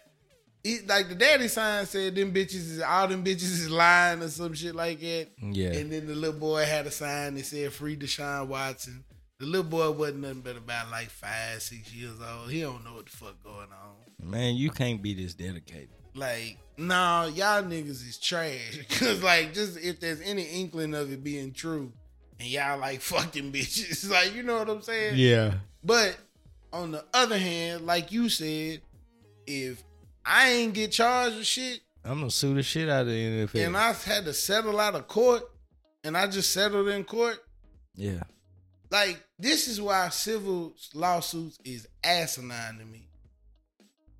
A: He, like the daddy sign said, "Them bitches is all them bitches is lying" or some shit like that.
B: Yeah.
A: And then the little boy had a sign that said, "Free Deshaun Watson." The little boy wasn't nothing but about like five, six years old. He don't know what the fuck going on.
B: Man, you can't be this dedicated.
A: Like, nah, y'all niggas is trash. (laughs) Cause like, just if there's any inkling of it being true, and y'all like (laughs) fucking bitches, (laughs) like you know what I'm saying?
B: Yeah.
A: But on the other hand, like you said, if I ain't get charged with shit
B: I'm gonna sue the shit out of the NFL.
A: and I had to settle out of court and I just settled in court,
B: yeah.
A: like this is why civil lawsuits is asinine to me.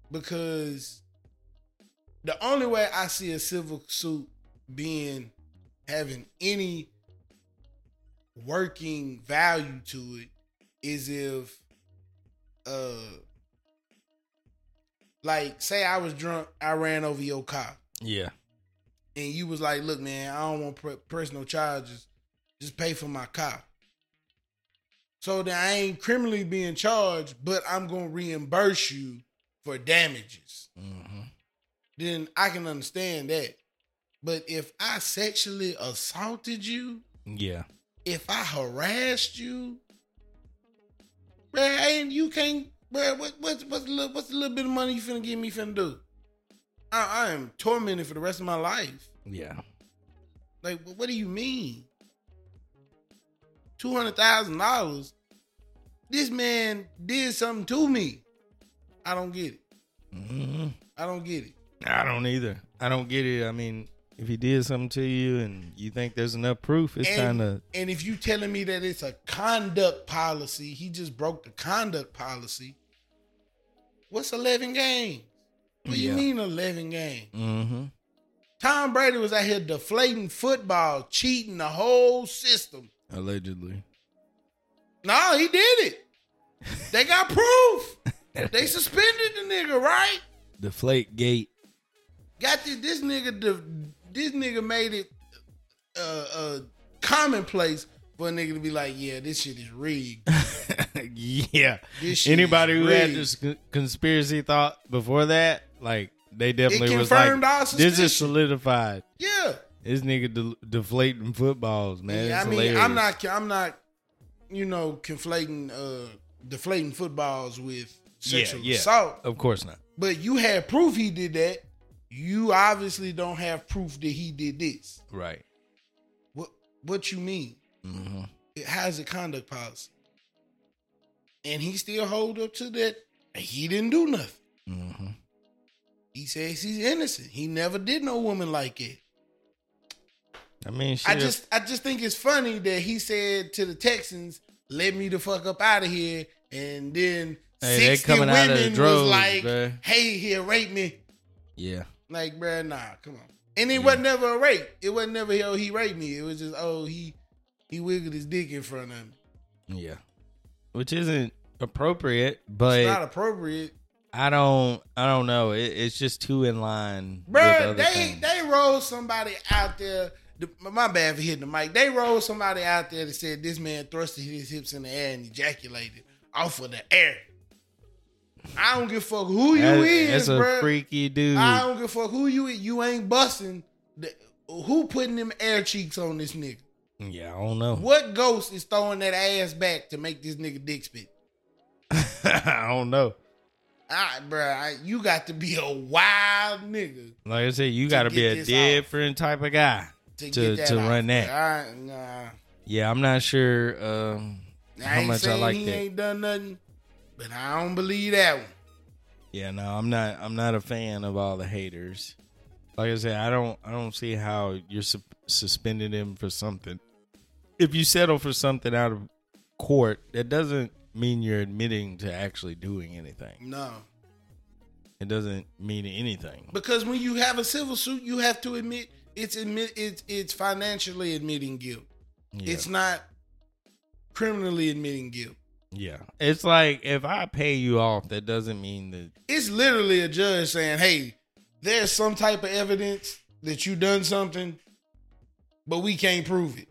A: Because the only way I see a civil suit being having any working value to it is if uh like say I was drunk, I ran over your car
B: Yeah.
A: and you was like, "Look, man, I don't want per- personal charges. Just pay for my car." So then I ain't criminally being charged, but I'm gonna reimburse you for damages.
B: hmm
A: Then I can understand that. But if I sexually assaulted you,
B: Yeah.
A: if I harassed you, man, ain't you can't, man. What, what's what's the little, what's the little bit of money you finna give me finna do? I, I am tormented for the rest of my life.
B: Yeah.
A: Like, wh- what do you mean? Two hundred thousand dollars. This man did something to me. I don't get it.
B: hmm
A: I don't get it.
B: I don't either. I don't get it. I mean, if he did something to you and you think there's enough proof, it's
A: and,
B: time to.
A: and if you telling me that it's a conduct policy, he just broke the conduct policy. What's eleven games? What do
B: Yeah.
A: you mean eleven games?
B: Mm-hmm.
A: Tom Brady was out here deflating football, cheating the whole system.
B: Allegedly.
A: No, he did it. They got proof. they suspended the nigga, right?
B: Deflate gate.
A: Got this, this nigga. the- This nigga made it uh, uh, commonplace for a nigga to be like, "Yeah, this shit is rigged."
B: (laughs) yeah.
A: This shit
B: Anybody
A: is
B: who had
A: rigged.
B: this con- conspiracy thought before that, like, they definitely was
A: confirmed
B: like,
A: our
B: this
A: suspicion."
B: is solidified.
A: Yeah,
B: This nigga de- deflating footballs, man.
A: I
B: It's
A: mean,
B: hilarious.
A: I'm not, I'm not, you know, conflating, uh, deflating footballs with sexual assault.
B: Of course not.
A: But you had proof he did that. You obviously don't have proof that he did this.
B: Right.
A: What What you mean?
B: Mm-hmm.
A: it has a conduct policy. And he still hold up to that. and He didn't do nothing.
B: Mm-hmm.
A: He says he's innocent. He never did no woman like it.
B: I mean, shit.
A: I just I just think it's funny that he said to the Texans, let me the fuck up out of here. And then
B: Hey, they
A: 60
B: coming
A: women
B: out of the droves,
A: was like,
B: bruh.
A: hey, he'll rape me.
B: yeah.
A: Like, bruh, nah, come on. And it wasn't never a rape. It wasn't never, oh, he raped me. It was just, oh, he he wiggled his dick in front of me.
B: Yeah. Which isn't appropriate,
A: It's not
B: but
A: appropriate.
B: I don't I don't know. It, it's just too in line. with other
A: Bruh, they
B: things.
A: they rolled somebody out there. The, my bad for hitting the mic. They rolled somebody out there that said this man thrusted his hips in the air and ejaculated off of the air. I don't give a fuck who you
B: That-
A: is,
B: that's a
A: bruh.
B: freaky dude.
A: I don't give a fuck who you is. You ain't busting. The, who putting them air cheeks on this nigga?
B: yeah, I don't know. (laughs)
A: What ghost is throwing that ass back to make this nigga dick spit?
B: I don't know.
A: I, bro, I, you got to be a wild nigga
B: Like I said, you got to be
A: get
B: a
A: this
B: different type of guy.
A: to,
B: To-
A: get that
B: to
A: out.
B: run that.
A: I, nah,
B: Yeah, I'm not sure um,
A: I
B: how
A: ain't
B: much I
A: saying
B: like
A: he
B: that.
A: ain't done nothing, but I don't believe that one.
B: Yeah, no, I'm not. I'm not a fan of all the haters. Like I said, I don't. I don't see how you're su- suspending him for something. If you settle for something out of court, that doesn't mean you're admitting to actually doing anything.
A: No,
B: It doesn't mean anything.
A: because when you have a civil suit, you have to admit it's admit it's it's financially admitting guilt.
B: Yeah.
A: It's not criminally admitting guilt.
B: yeah. It's like if I pay you off, that doesn't mean that.
A: It's literally a judge saying, "Hey, there's some type of evidence that you done something, but we can't prove it.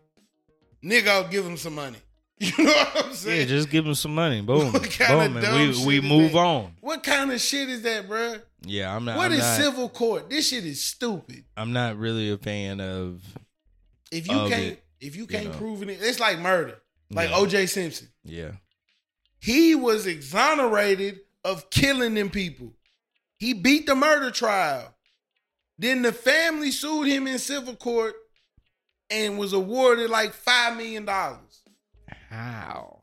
A: Nigga, I'll give him some money. (laughs) You know what I'm saying?
B: Yeah, just give him
A: (laughs)
B: some money. Boom,
A: What kinda
B: boom,
A: dumb
B: and
A: shit
B: we we
A: is
B: move
A: that?
B: on.
A: what kind of shit is that, bruh?
B: Yeah, I'm not.
A: What
B: I'm
A: is
B: not,
A: civil court? This shit is stupid.
B: I'm not really a fan of.
A: If you
B: Of
A: can't,
B: it,
A: if you can't
B: know.
A: prove it, it's like murder. Like
B: Yeah.
A: O.J. Simpson,
B: Yeah.
A: he was exonerated of killing them people. He beat the murder trial. Then the family sued him in civil court and was awarded like five million dollars.
B: How?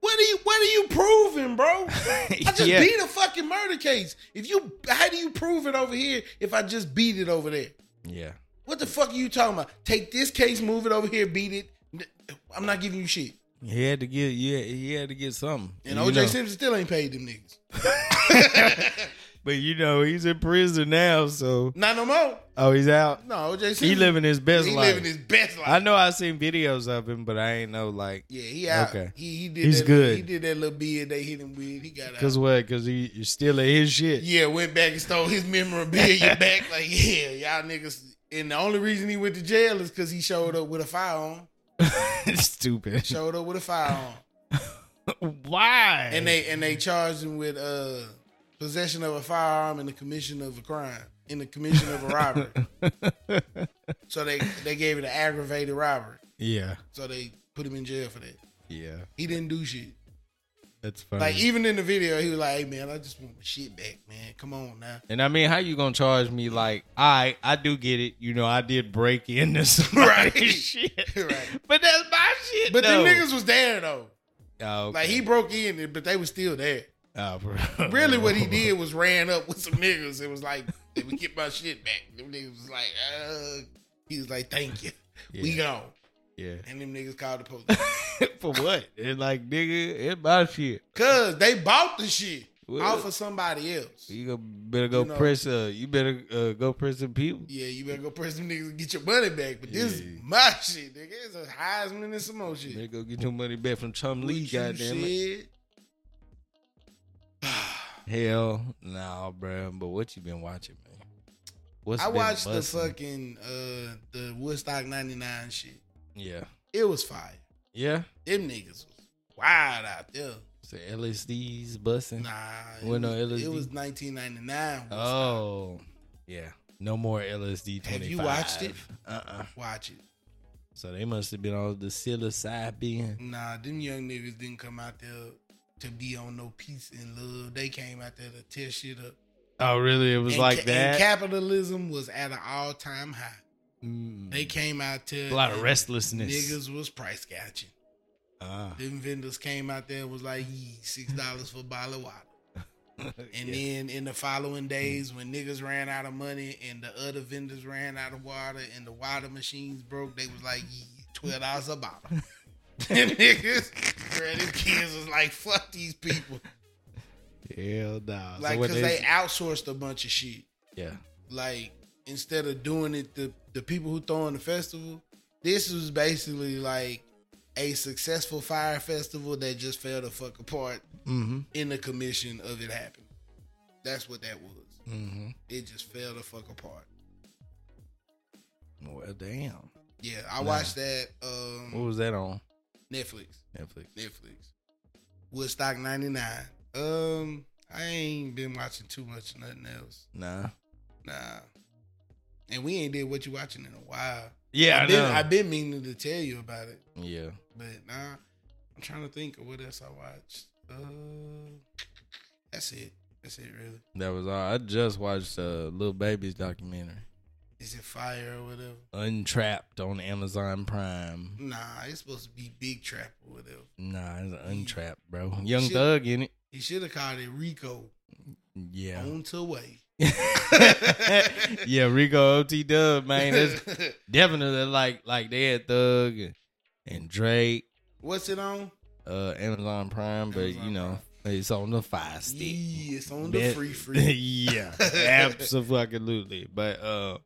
A: What are you? What are you proving,
B: (laughs)
A: bro? I just
B: Yeah.
A: beat a fucking murder case. If you, how do you prove it over here? If I just beat it over there.
B: Yeah.
A: What the fuck are you talking about? Take this case, move it over here, beat it. N- I'm not giving you shit.
B: He had to get yeah, he had to get something.
A: And
B: You
A: OJ
B: know.
A: Simpson still ain't paid them niggas.
B: But you know, he's in prison now, so
A: Not no more.
B: oh he's out.
A: No, OJ Simpson.
B: He living his best
A: he
B: life.
A: living his best life.
B: I know i seen videos of him, but I ain't know like
A: yeah, he out.
B: Okay.
A: He, he did
B: He's
A: that,
B: good.
A: He did that little bid they hit him with. He got out.
B: cause what? Cause he you're still at his shit.
A: Yeah, went back and stole his
B: (laughs)
A: memorabilia back. Like, yeah, y'all niggas. And the only reason he went to jail is because he showed up with a firearm.
B: (laughs) Stupid.
A: Showed up with a firearm.
B: Why?
A: And they and they charged him with uh possession of a firearm and the commission of a crime. In the commission of a robbery.
B: (laughs)
A: So they they gave it an aggravated robbery.
B: yeah.
A: So they put him in jail for that.
B: Yeah.
A: He didn't do shit.
B: That's funny.
A: Like even in the video, he was like, "Hey man, I just want my shit back, man. Come on now."
B: and I mean, how you gonna charge me? Like, I I do get it. You know, I did break into (laughs) somebody's
A: (laughs) Right.
B: shit,
A: Right.
B: but that's my shit.
A: But
B: though.
A: them niggas was there though.
B: oh,
A: Like he broke in, but they was still there.
B: oh, (laughs)
A: Really, what he did was ran up with some niggas. It was like, "Let me get my shit back." Them niggas was like, "Uh," he was like, "Thank you, we gone."
B: Yeah. (laughs)
A: And them niggas called the police (laughs)
B: For what? It's like, nigga, it's my shit.
A: because they bought the shit
B: Well-
A: off of somebody else.
B: You go, better go
A: You know.
B: press. Uh, you better uh, go press some people.
A: Yeah, you better go press them niggas and get your money back. But this
B: Yeah.
A: is my shit, nigga. It's a Heisman and some more shit.
B: Better go get your money back from Chum
A: What
B: Lee.
A: you
B: Goddamn it.
A: said?
B: Hell, nah, bro. But what you been watching, man? What's
A: I
B: been
A: watched the
B: bustin'?
A: fucking uh the Woodstock '99 shit.
B: Yeah,
A: It was fire.
B: yeah.
A: Them niggas was wild out there.
B: So LSD's busting.
A: Nah, it,
B: Went on
A: was,
B: LSD?
A: it was 1999. Woodstock.
B: oh, yeah. No more LSD. 25.
A: Have you watched it?
B: Uh uh
A: Watch it.
B: So they must have been on the psilocybin.
A: Nah, them young niggas didn't come out there to be on no peace and love. They came out there to tear shit up.
B: Oh, really? It was
A: And
B: like
A: ca-
B: that.
A: And capitalism was at an all time high.
B: Mm.
A: They came out to
B: a lot of restlessness.
A: Niggas was price catching.
B: Ah.
A: Them vendors came out there and was like, "Yee, six dollars for a bottle of water. And
B: (laughs) Yeah. Mm.
A: then in the following days, when niggas ran out of money and the other vendors ran out of water and the water machines broke, they was like, "Yee, twelve dollars a
B: (laughs)
A: bottle. and niggas, bruh, them kids was like, fuck these people.
B: Hell nah. So
A: Like,
B: what
A: cause they outsourced a bunch of shit.
B: yeah.
A: Like, instead of doing it the the people who throwing the festival, this was basically like a successful fire festival that just fell the fuck apart
B: Mm-hmm.
A: in the commission of it happening. That's what that was.
B: Mm-hmm.
A: It just fell the fuck apart.
B: Well, damn.
A: Yeah, I watched that um
B: What was that on
A: Netflix.
B: Netflix?
A: Netflix. Woodstock 99. Um I ain't been watching too much of nothing else.
B: Nah.
A: Nah. And we ain't did what you watching in a while.
B: Yeah, I,
A: I've been,
B: know.
A: I've been meaning to tell you about it,
B: yeah.
A: but nah. I'm trying to think of what else I watched. Uh that's it. That's it, really.
B: That was all. I just watched uh, Little Baby's documentary,
A: Is it fire or whatever?
B: Untrapped on Amazon Prime.
A: Nah, it's supposed to be Big Trap or whatever.
B: Nah, it's Untrapped, bro. Young
A: Shit.
B: Thug in it.
A: He should have called it Rico
B: Yeah.
A: on to way.
B: (laughs) yeah, Rico OT Dub,
A: (laughs)
B: man. That's definitely like like they had Thug and, and Drake,
A: What's it on?
B: uh, Amazon Prime, but
A: Amazon
B: you know, it's on the fire stick.
A: Yeah, it's on the
B: Bet-
A: free free.
B: (laughs) yeah, absolutely. But uh,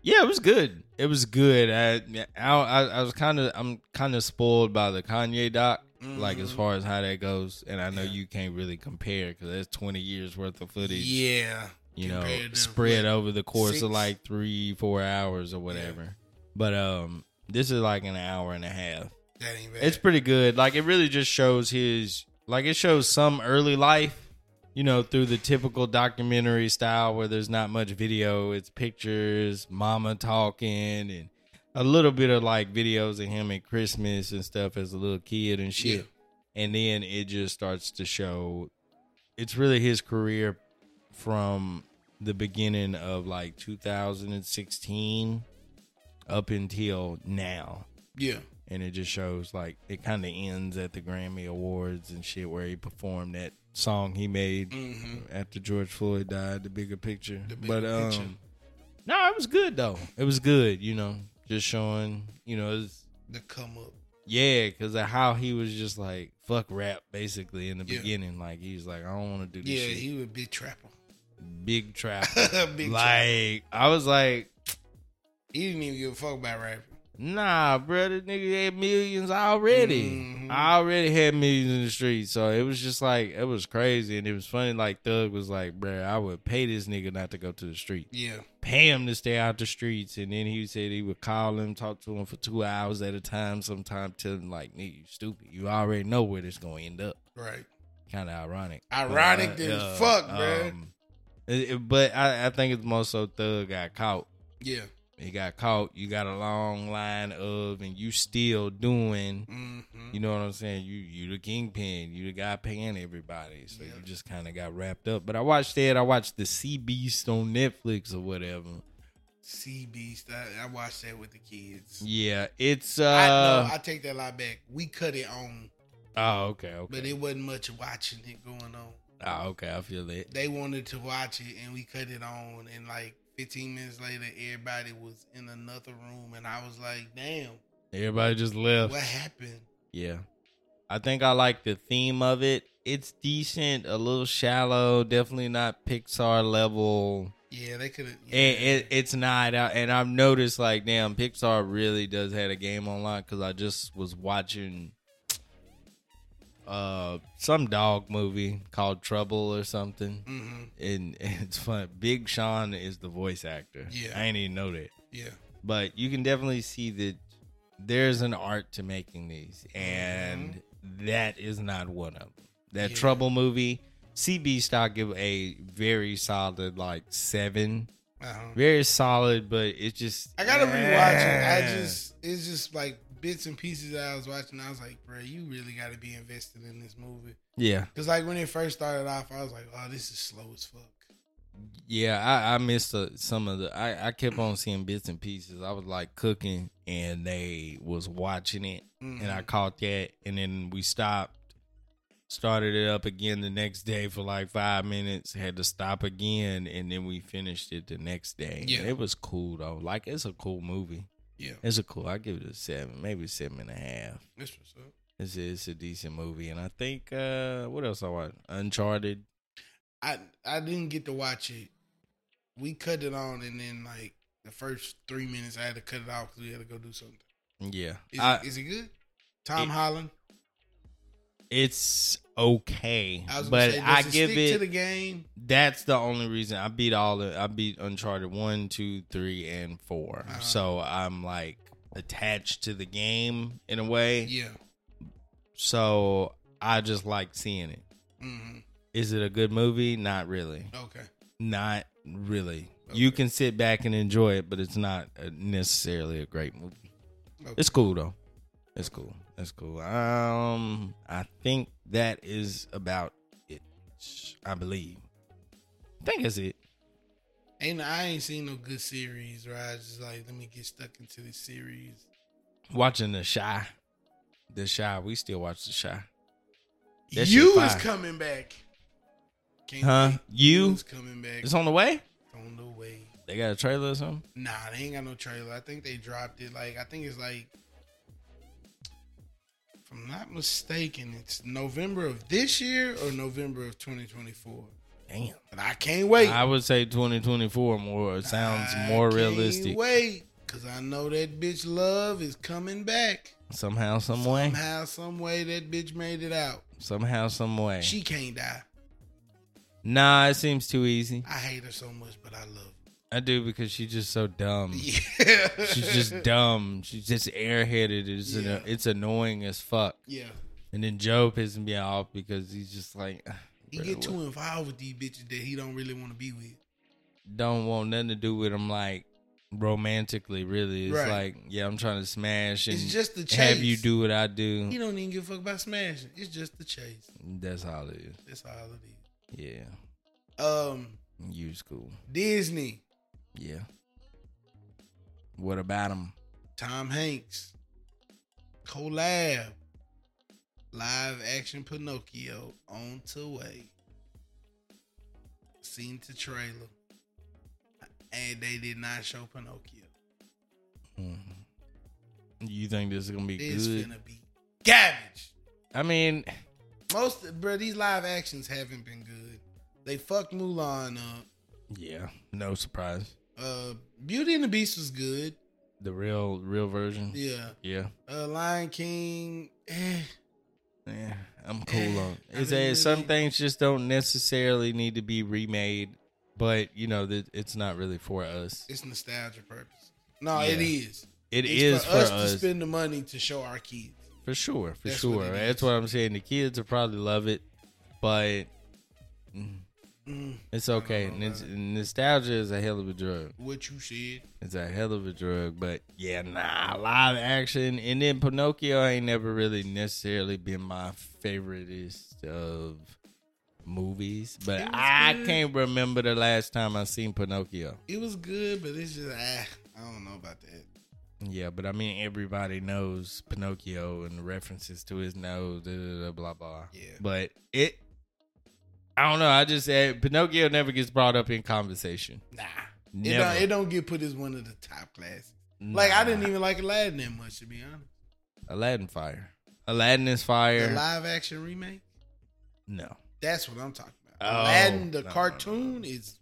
B: yeah, it was good. It was good. I I, I, I was kind of I'm kind of spoiled by the Kanye doc, like as
A: Mhm.
B: far as how that goes. And I know
A: Yeah.
B: you can't really compare because that's 20 years worth of footage.
A: Yeah.
B: you know,
A: compared to
B: spread
A: what,
B: over the course
A: six?
B: of like three four hours or whatever. But um, this is like an hour and a half.
A: That ain't bad.
B: It's pretty good. Like it really just shows his like it shows some early life, you know, through the typical documentary style where there's not much video, it's pictures, mama talking and a little bit of like videos of him at Christmas and stuff as a little kid and shit. And then it just starts to show it's really his career from the beginning of like 2016 up until now
A: yeah.
B: and it just shows like it kind of ends at the Grammy Awards and shit where he performed that song he made
A: Mm-hmm.
B: after George Floyd died, the bigger picture.
A: The Bigger
B: but um,
A: Picture.
B: no, it was good though. It was good, you know, just showing, you know, it's,
A: The come up.
B: yeah, because of how he was just like fuck rap basically in the
A: Yeah.
B: beginning. Like he was like, I don't want to do this
A: Yeah,
B: shit.
A: he would be trapper. (laughs)
B: big trap.
A: Big trapper.
B: like I was like.
A: He didn't even give a fuck about rapping.
B: Nah, bro, this nigga had millions already.
A: Mhm.
B: I already had millions in the street, so it was just like it was crazy, and it was funny. Like Thug was like, "Bruh, I would pay this nigga not to go to the street,
A: Yeah.
B: pay him to stay out the streets." And then he said he would call him, talk to him for two hours at a time, sometime tell him like, "Nigga, you stupid. You already know where this gonna end up."
A: Right.
B: Kind of ironic.
A: Ironic
B: But, uh,
A: as
B: yeah,
A: fuck, bruh.
B: um, it- it- but I, I think it's more so Thug got caught
A: Yeah.
B: he got caught. You got a long line of, and you still doing.
A: Mm-hmm.
B: You know what I'm saying? You you the kingpin. You the guy paying everybody. So
A: Yeah.
B: you just kind of got wrapped up. But I watched that. I watched the Sea Beast on Netflix or whatever.
A: Sea Beast. I, I watched that with the kids.
B: Yeah, it's
A: I know.
B: uh.
A: I take that lot back. We cut it on,
B: Oh okay, okay.
A: but it wasn't much watching it going on.
B: oh okay, I feel it.
A: They wanted to watch it, and we cut it on. And like 15 minutes later, everybody was in another room, and I was like, "Damn,
B: Everybody just left.
A: what happened?"
B: Yeah. I think I like the theme of it. It's decent, a little shallow, definitely not Pixar level.
A: Yeah, they could have.
B: it, it, it's not uh, and i've noticed like damn pixar really does had a game online because i just was watching uh some dog movie called trouble or something
A: hmm
B: and, (laughs) and it's fun big sean is the voice actor
A: Yeah.
B: i ain't even know that
A: Yeah,
B: but you can definitely see that there's an art to making these and that is not one of them that
A: Mm-hmm. Yeah.
B: trouble movie cb stock give a very solid like seven
A: uh-huh.
B: very solid, but it just
A: I gotta rewatch it. I
B: Yeah.
A: just it's just like bits and pieces that I was watching. I was like, bro, you really got to be invested in this movie.
B: yeah
A: Cause like when it first started off, I was like, oh, this is slow as fuck.
B: yeah I, I missed uh, some of the I, I kept on seeing bits and pieces. I was like cooking and they was watching it
A: Mhm.
B: and I caught that and then we stopped, started it up again the next day for like five minutes, had to stop again and then we finished it the next day.
A: Yeah.
B: it was cool though. Like it's a cool movie.
A: yeah,
B: It's a cool. I give it a seven, maybe seven and a half.
A: that's what's up.
B: It's a, it's a decent movie, and I think uh, what else I watched? Uncharted.
A: I I didn't get to watch it. We cut it on, and then like the first three minutes, I had to cut it off because we had to go do something.
B: Yeah,
A: Is,
B: I,
A: is it good? Tom
B: it-
A: Holland.
B: it's okay,
A: I was gonna
B: but
A: say, does
B: I
A: it
B: give
A: stick
B: it.
A: to the game.
B: that's the only reason I beat all the. I beat Uncharted one, two, three, and 4
A: Uh-huh.
B: So I'm like attached to the game in a way.
A: Yeah.
B: So I just like seeing it.
A: hmm
B: Is it a good movie? Not really.
A: Okay.
B: Not really. You
A: Okay.
B: can sit back and enjoy it, but it's not uh, necessarily a great movie.
A: okay.
B: It's cool though. It's cool. That's cool. Um, I think that is about it. I believe. I think that's it.
A: Ain't I ain't seen no good series where I was just like, let me get stuck into this series.
B: Watching the shy, the shy. We still watch the shy. That shit
A: you is
B: fire.
A: coming back. Can't
B: Huh?
A: wait.
B: You?
A: is coming back
B: It's on the way.
A: on the way.
B: They got a trailer or something.
A: Nah, they ain't got no trailer. I think they dropped it. Like I think it's like, if I'm not mistaken, it's November of this year or November of 2024.
B: Damn.
A: But I can't wait.
B: I would say 2024 more sounds
A: I
B: more
A: can't
B: realistic.
A: Wait, cause I know that bitch love is coming back
B: Somehow, some way.
A: somehow, some way. That bitch made it out.
B: Somehow, some way.
A: She can't die.
B: Nah, it seems too easy.
A: I hate her so much, but I love.
B: I do because she's just so dumb.
A: Her. Yeah,
B: Mm. She's just dumb. She's just airheaded. It's an-
A: Yeah.
B: it's annoying as fuck.
A: (laughs) yeah.
B: And then Joe pisses me off because he's just like, (sighs)
A: He
B: "Bruh,
A: get
B: what-
A: too involved with these bitches that he don't really want to be with.
B: don't want nothing to do with him. Like romantically, really. It's
A: Right.
B: like, yeah, I'm trying to smash and
A: It's just the chase.
B: have you do what I do.
A: He don't even give a fuck about smashing. It's just the chase.
B: That's all it is.
A: That's all it
B: Yeah,
A: is. Um,
B: you cool.
A: Disney,
B: Yeah. What about him?
A: Tom Hanks, collab, live action Pinocchio on to way. Seen the trailer, and they did not show Pinocchio.
B: Hmm. You think this is gonna be
A: This
B: good?
A: gonna be garbage.
B: I mean,
A: Most bro, these live actions haven't been good. They fucked Mulan up.
B: yeah, no surprise.
A: Uh, Beauty and the Beast was good.
B: The real, real version.
A: Yeah.
B: Yeah.
A: Uh, Lion King. Eh.
B: Yeah, (laughs) I'm cool
A: Eh,
B: on.
A: I
B: Is
A: mean,
B: that some
A: really-
B: things just don't necessarily need to be remade, but you know that it's not really for us.
A: It's nostalgia purpose. No,
B: Yeah.
A: it is.
B: It
A: it's
B: is
A: for us, to spend the money to show our kids.
B: for sure, for
A: That's
B: sure.
A: what it
B: That's
A: is.
B: what I'm saying. The kids will probably love it, but mm,
A: Mm,
B: it's okay.
A: know
B: And it's,
A: about
B: nostalgia is a hell of a drug.
A: what you said.
B: It's a hell of a drug, but yeah, nah, live action. And then Pinocchio ain't never really necessarily been my favoriteest of movies, but
A: It was
B: I
A: good.
B: can't remember the last time I seen Pinocchio.
A: It was good, but it's just ah, I don't know about that.
B: Yeah, but I mean, everybody knows Pinocchio and the references to his nose, da, da, da, blah, blah.
A: Yeah.
B: But it, I don't know. I just said Pinocchio never gets brought up in conversation.
A: Nah. It
B: Never.
A: don't, it don't get put as one of the top classes. Like I didn't even like Aladdin that much to be honest.
B: Aladdin Fire. Aladdin is fire.
A: The live action remake.
B: no.
A: That's what I'm talking about.
B: Oh,
A: Aladdin the
B: no, no, no,
A: cartoon is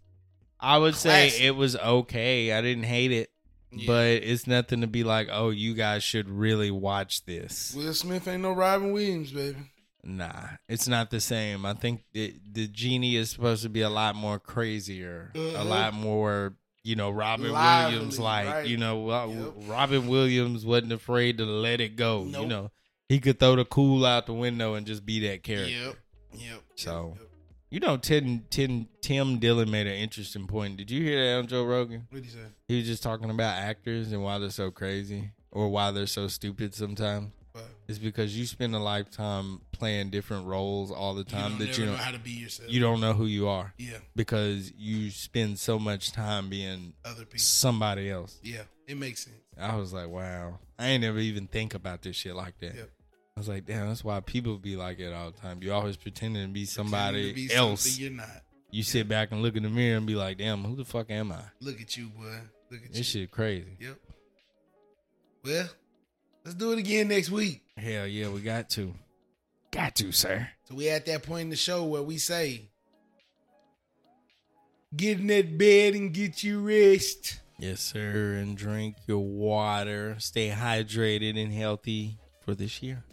B: I would
A: Classic.
B: say it was okay. I didn't hate it,
A: Yeah.
B: but it's nothing to be like, oh, you guys should really watch this.
A: Will Smith ain't no Robin Williams, baby.
B: Nah, it's not the same. I think it, the genie is supposed to be a lot more crazier, a
A: Uh-huh.
B: lot more, you know, Robin
A: Lively,
B: Williams like.
A: right.
B: You know, well,
A: Yep.
B: Robin Williams wasn't afraid to let it go. You
A: Nope.
B: know, he could throw the cool out the window and just be that character.
A: Yep. Yep.
B: So.
A: Yep, yep.
B: You know, Tim, Tim, Tim Dillon made an interesting point. Did you hear that on Joe Rogan?
A: What do you say?
B: He was just talking about actors and why they're so crazy or why they're so stupid sometimes.
A: But
B: It's because you spend a lifetime playing different roles all the time
A: you don't
B: that
A: never
B: you
A: know
B: don't
A: how to be yourself.
B: you don't know who you are
A: yeah,
B: because you spend so much time being
A: other people.
B: somebody else.
A: Yeah, it makes sense.
B: I was like, wow. I ain't never even think about this shit like that.
A: Yep.
B: I was like, damn, that's why people be like it all the time. You always pretending to be somebody
A: Pretending to be something
B: else.
A: You're not.
B: You sit back and look in the mirror and be like, damn, who the fuck am I?
A: Look at you, boy. Look at you.
B: This shit crazy.
A: Yep. Well, let's do it again next week.
B: Hell yeah, we got to. Got to, sir.
A: So we at that point in the show where we say, get in that bed and get you rest.
B: Yes, sir. And drink your water. Stay hydrated and healthy for this year.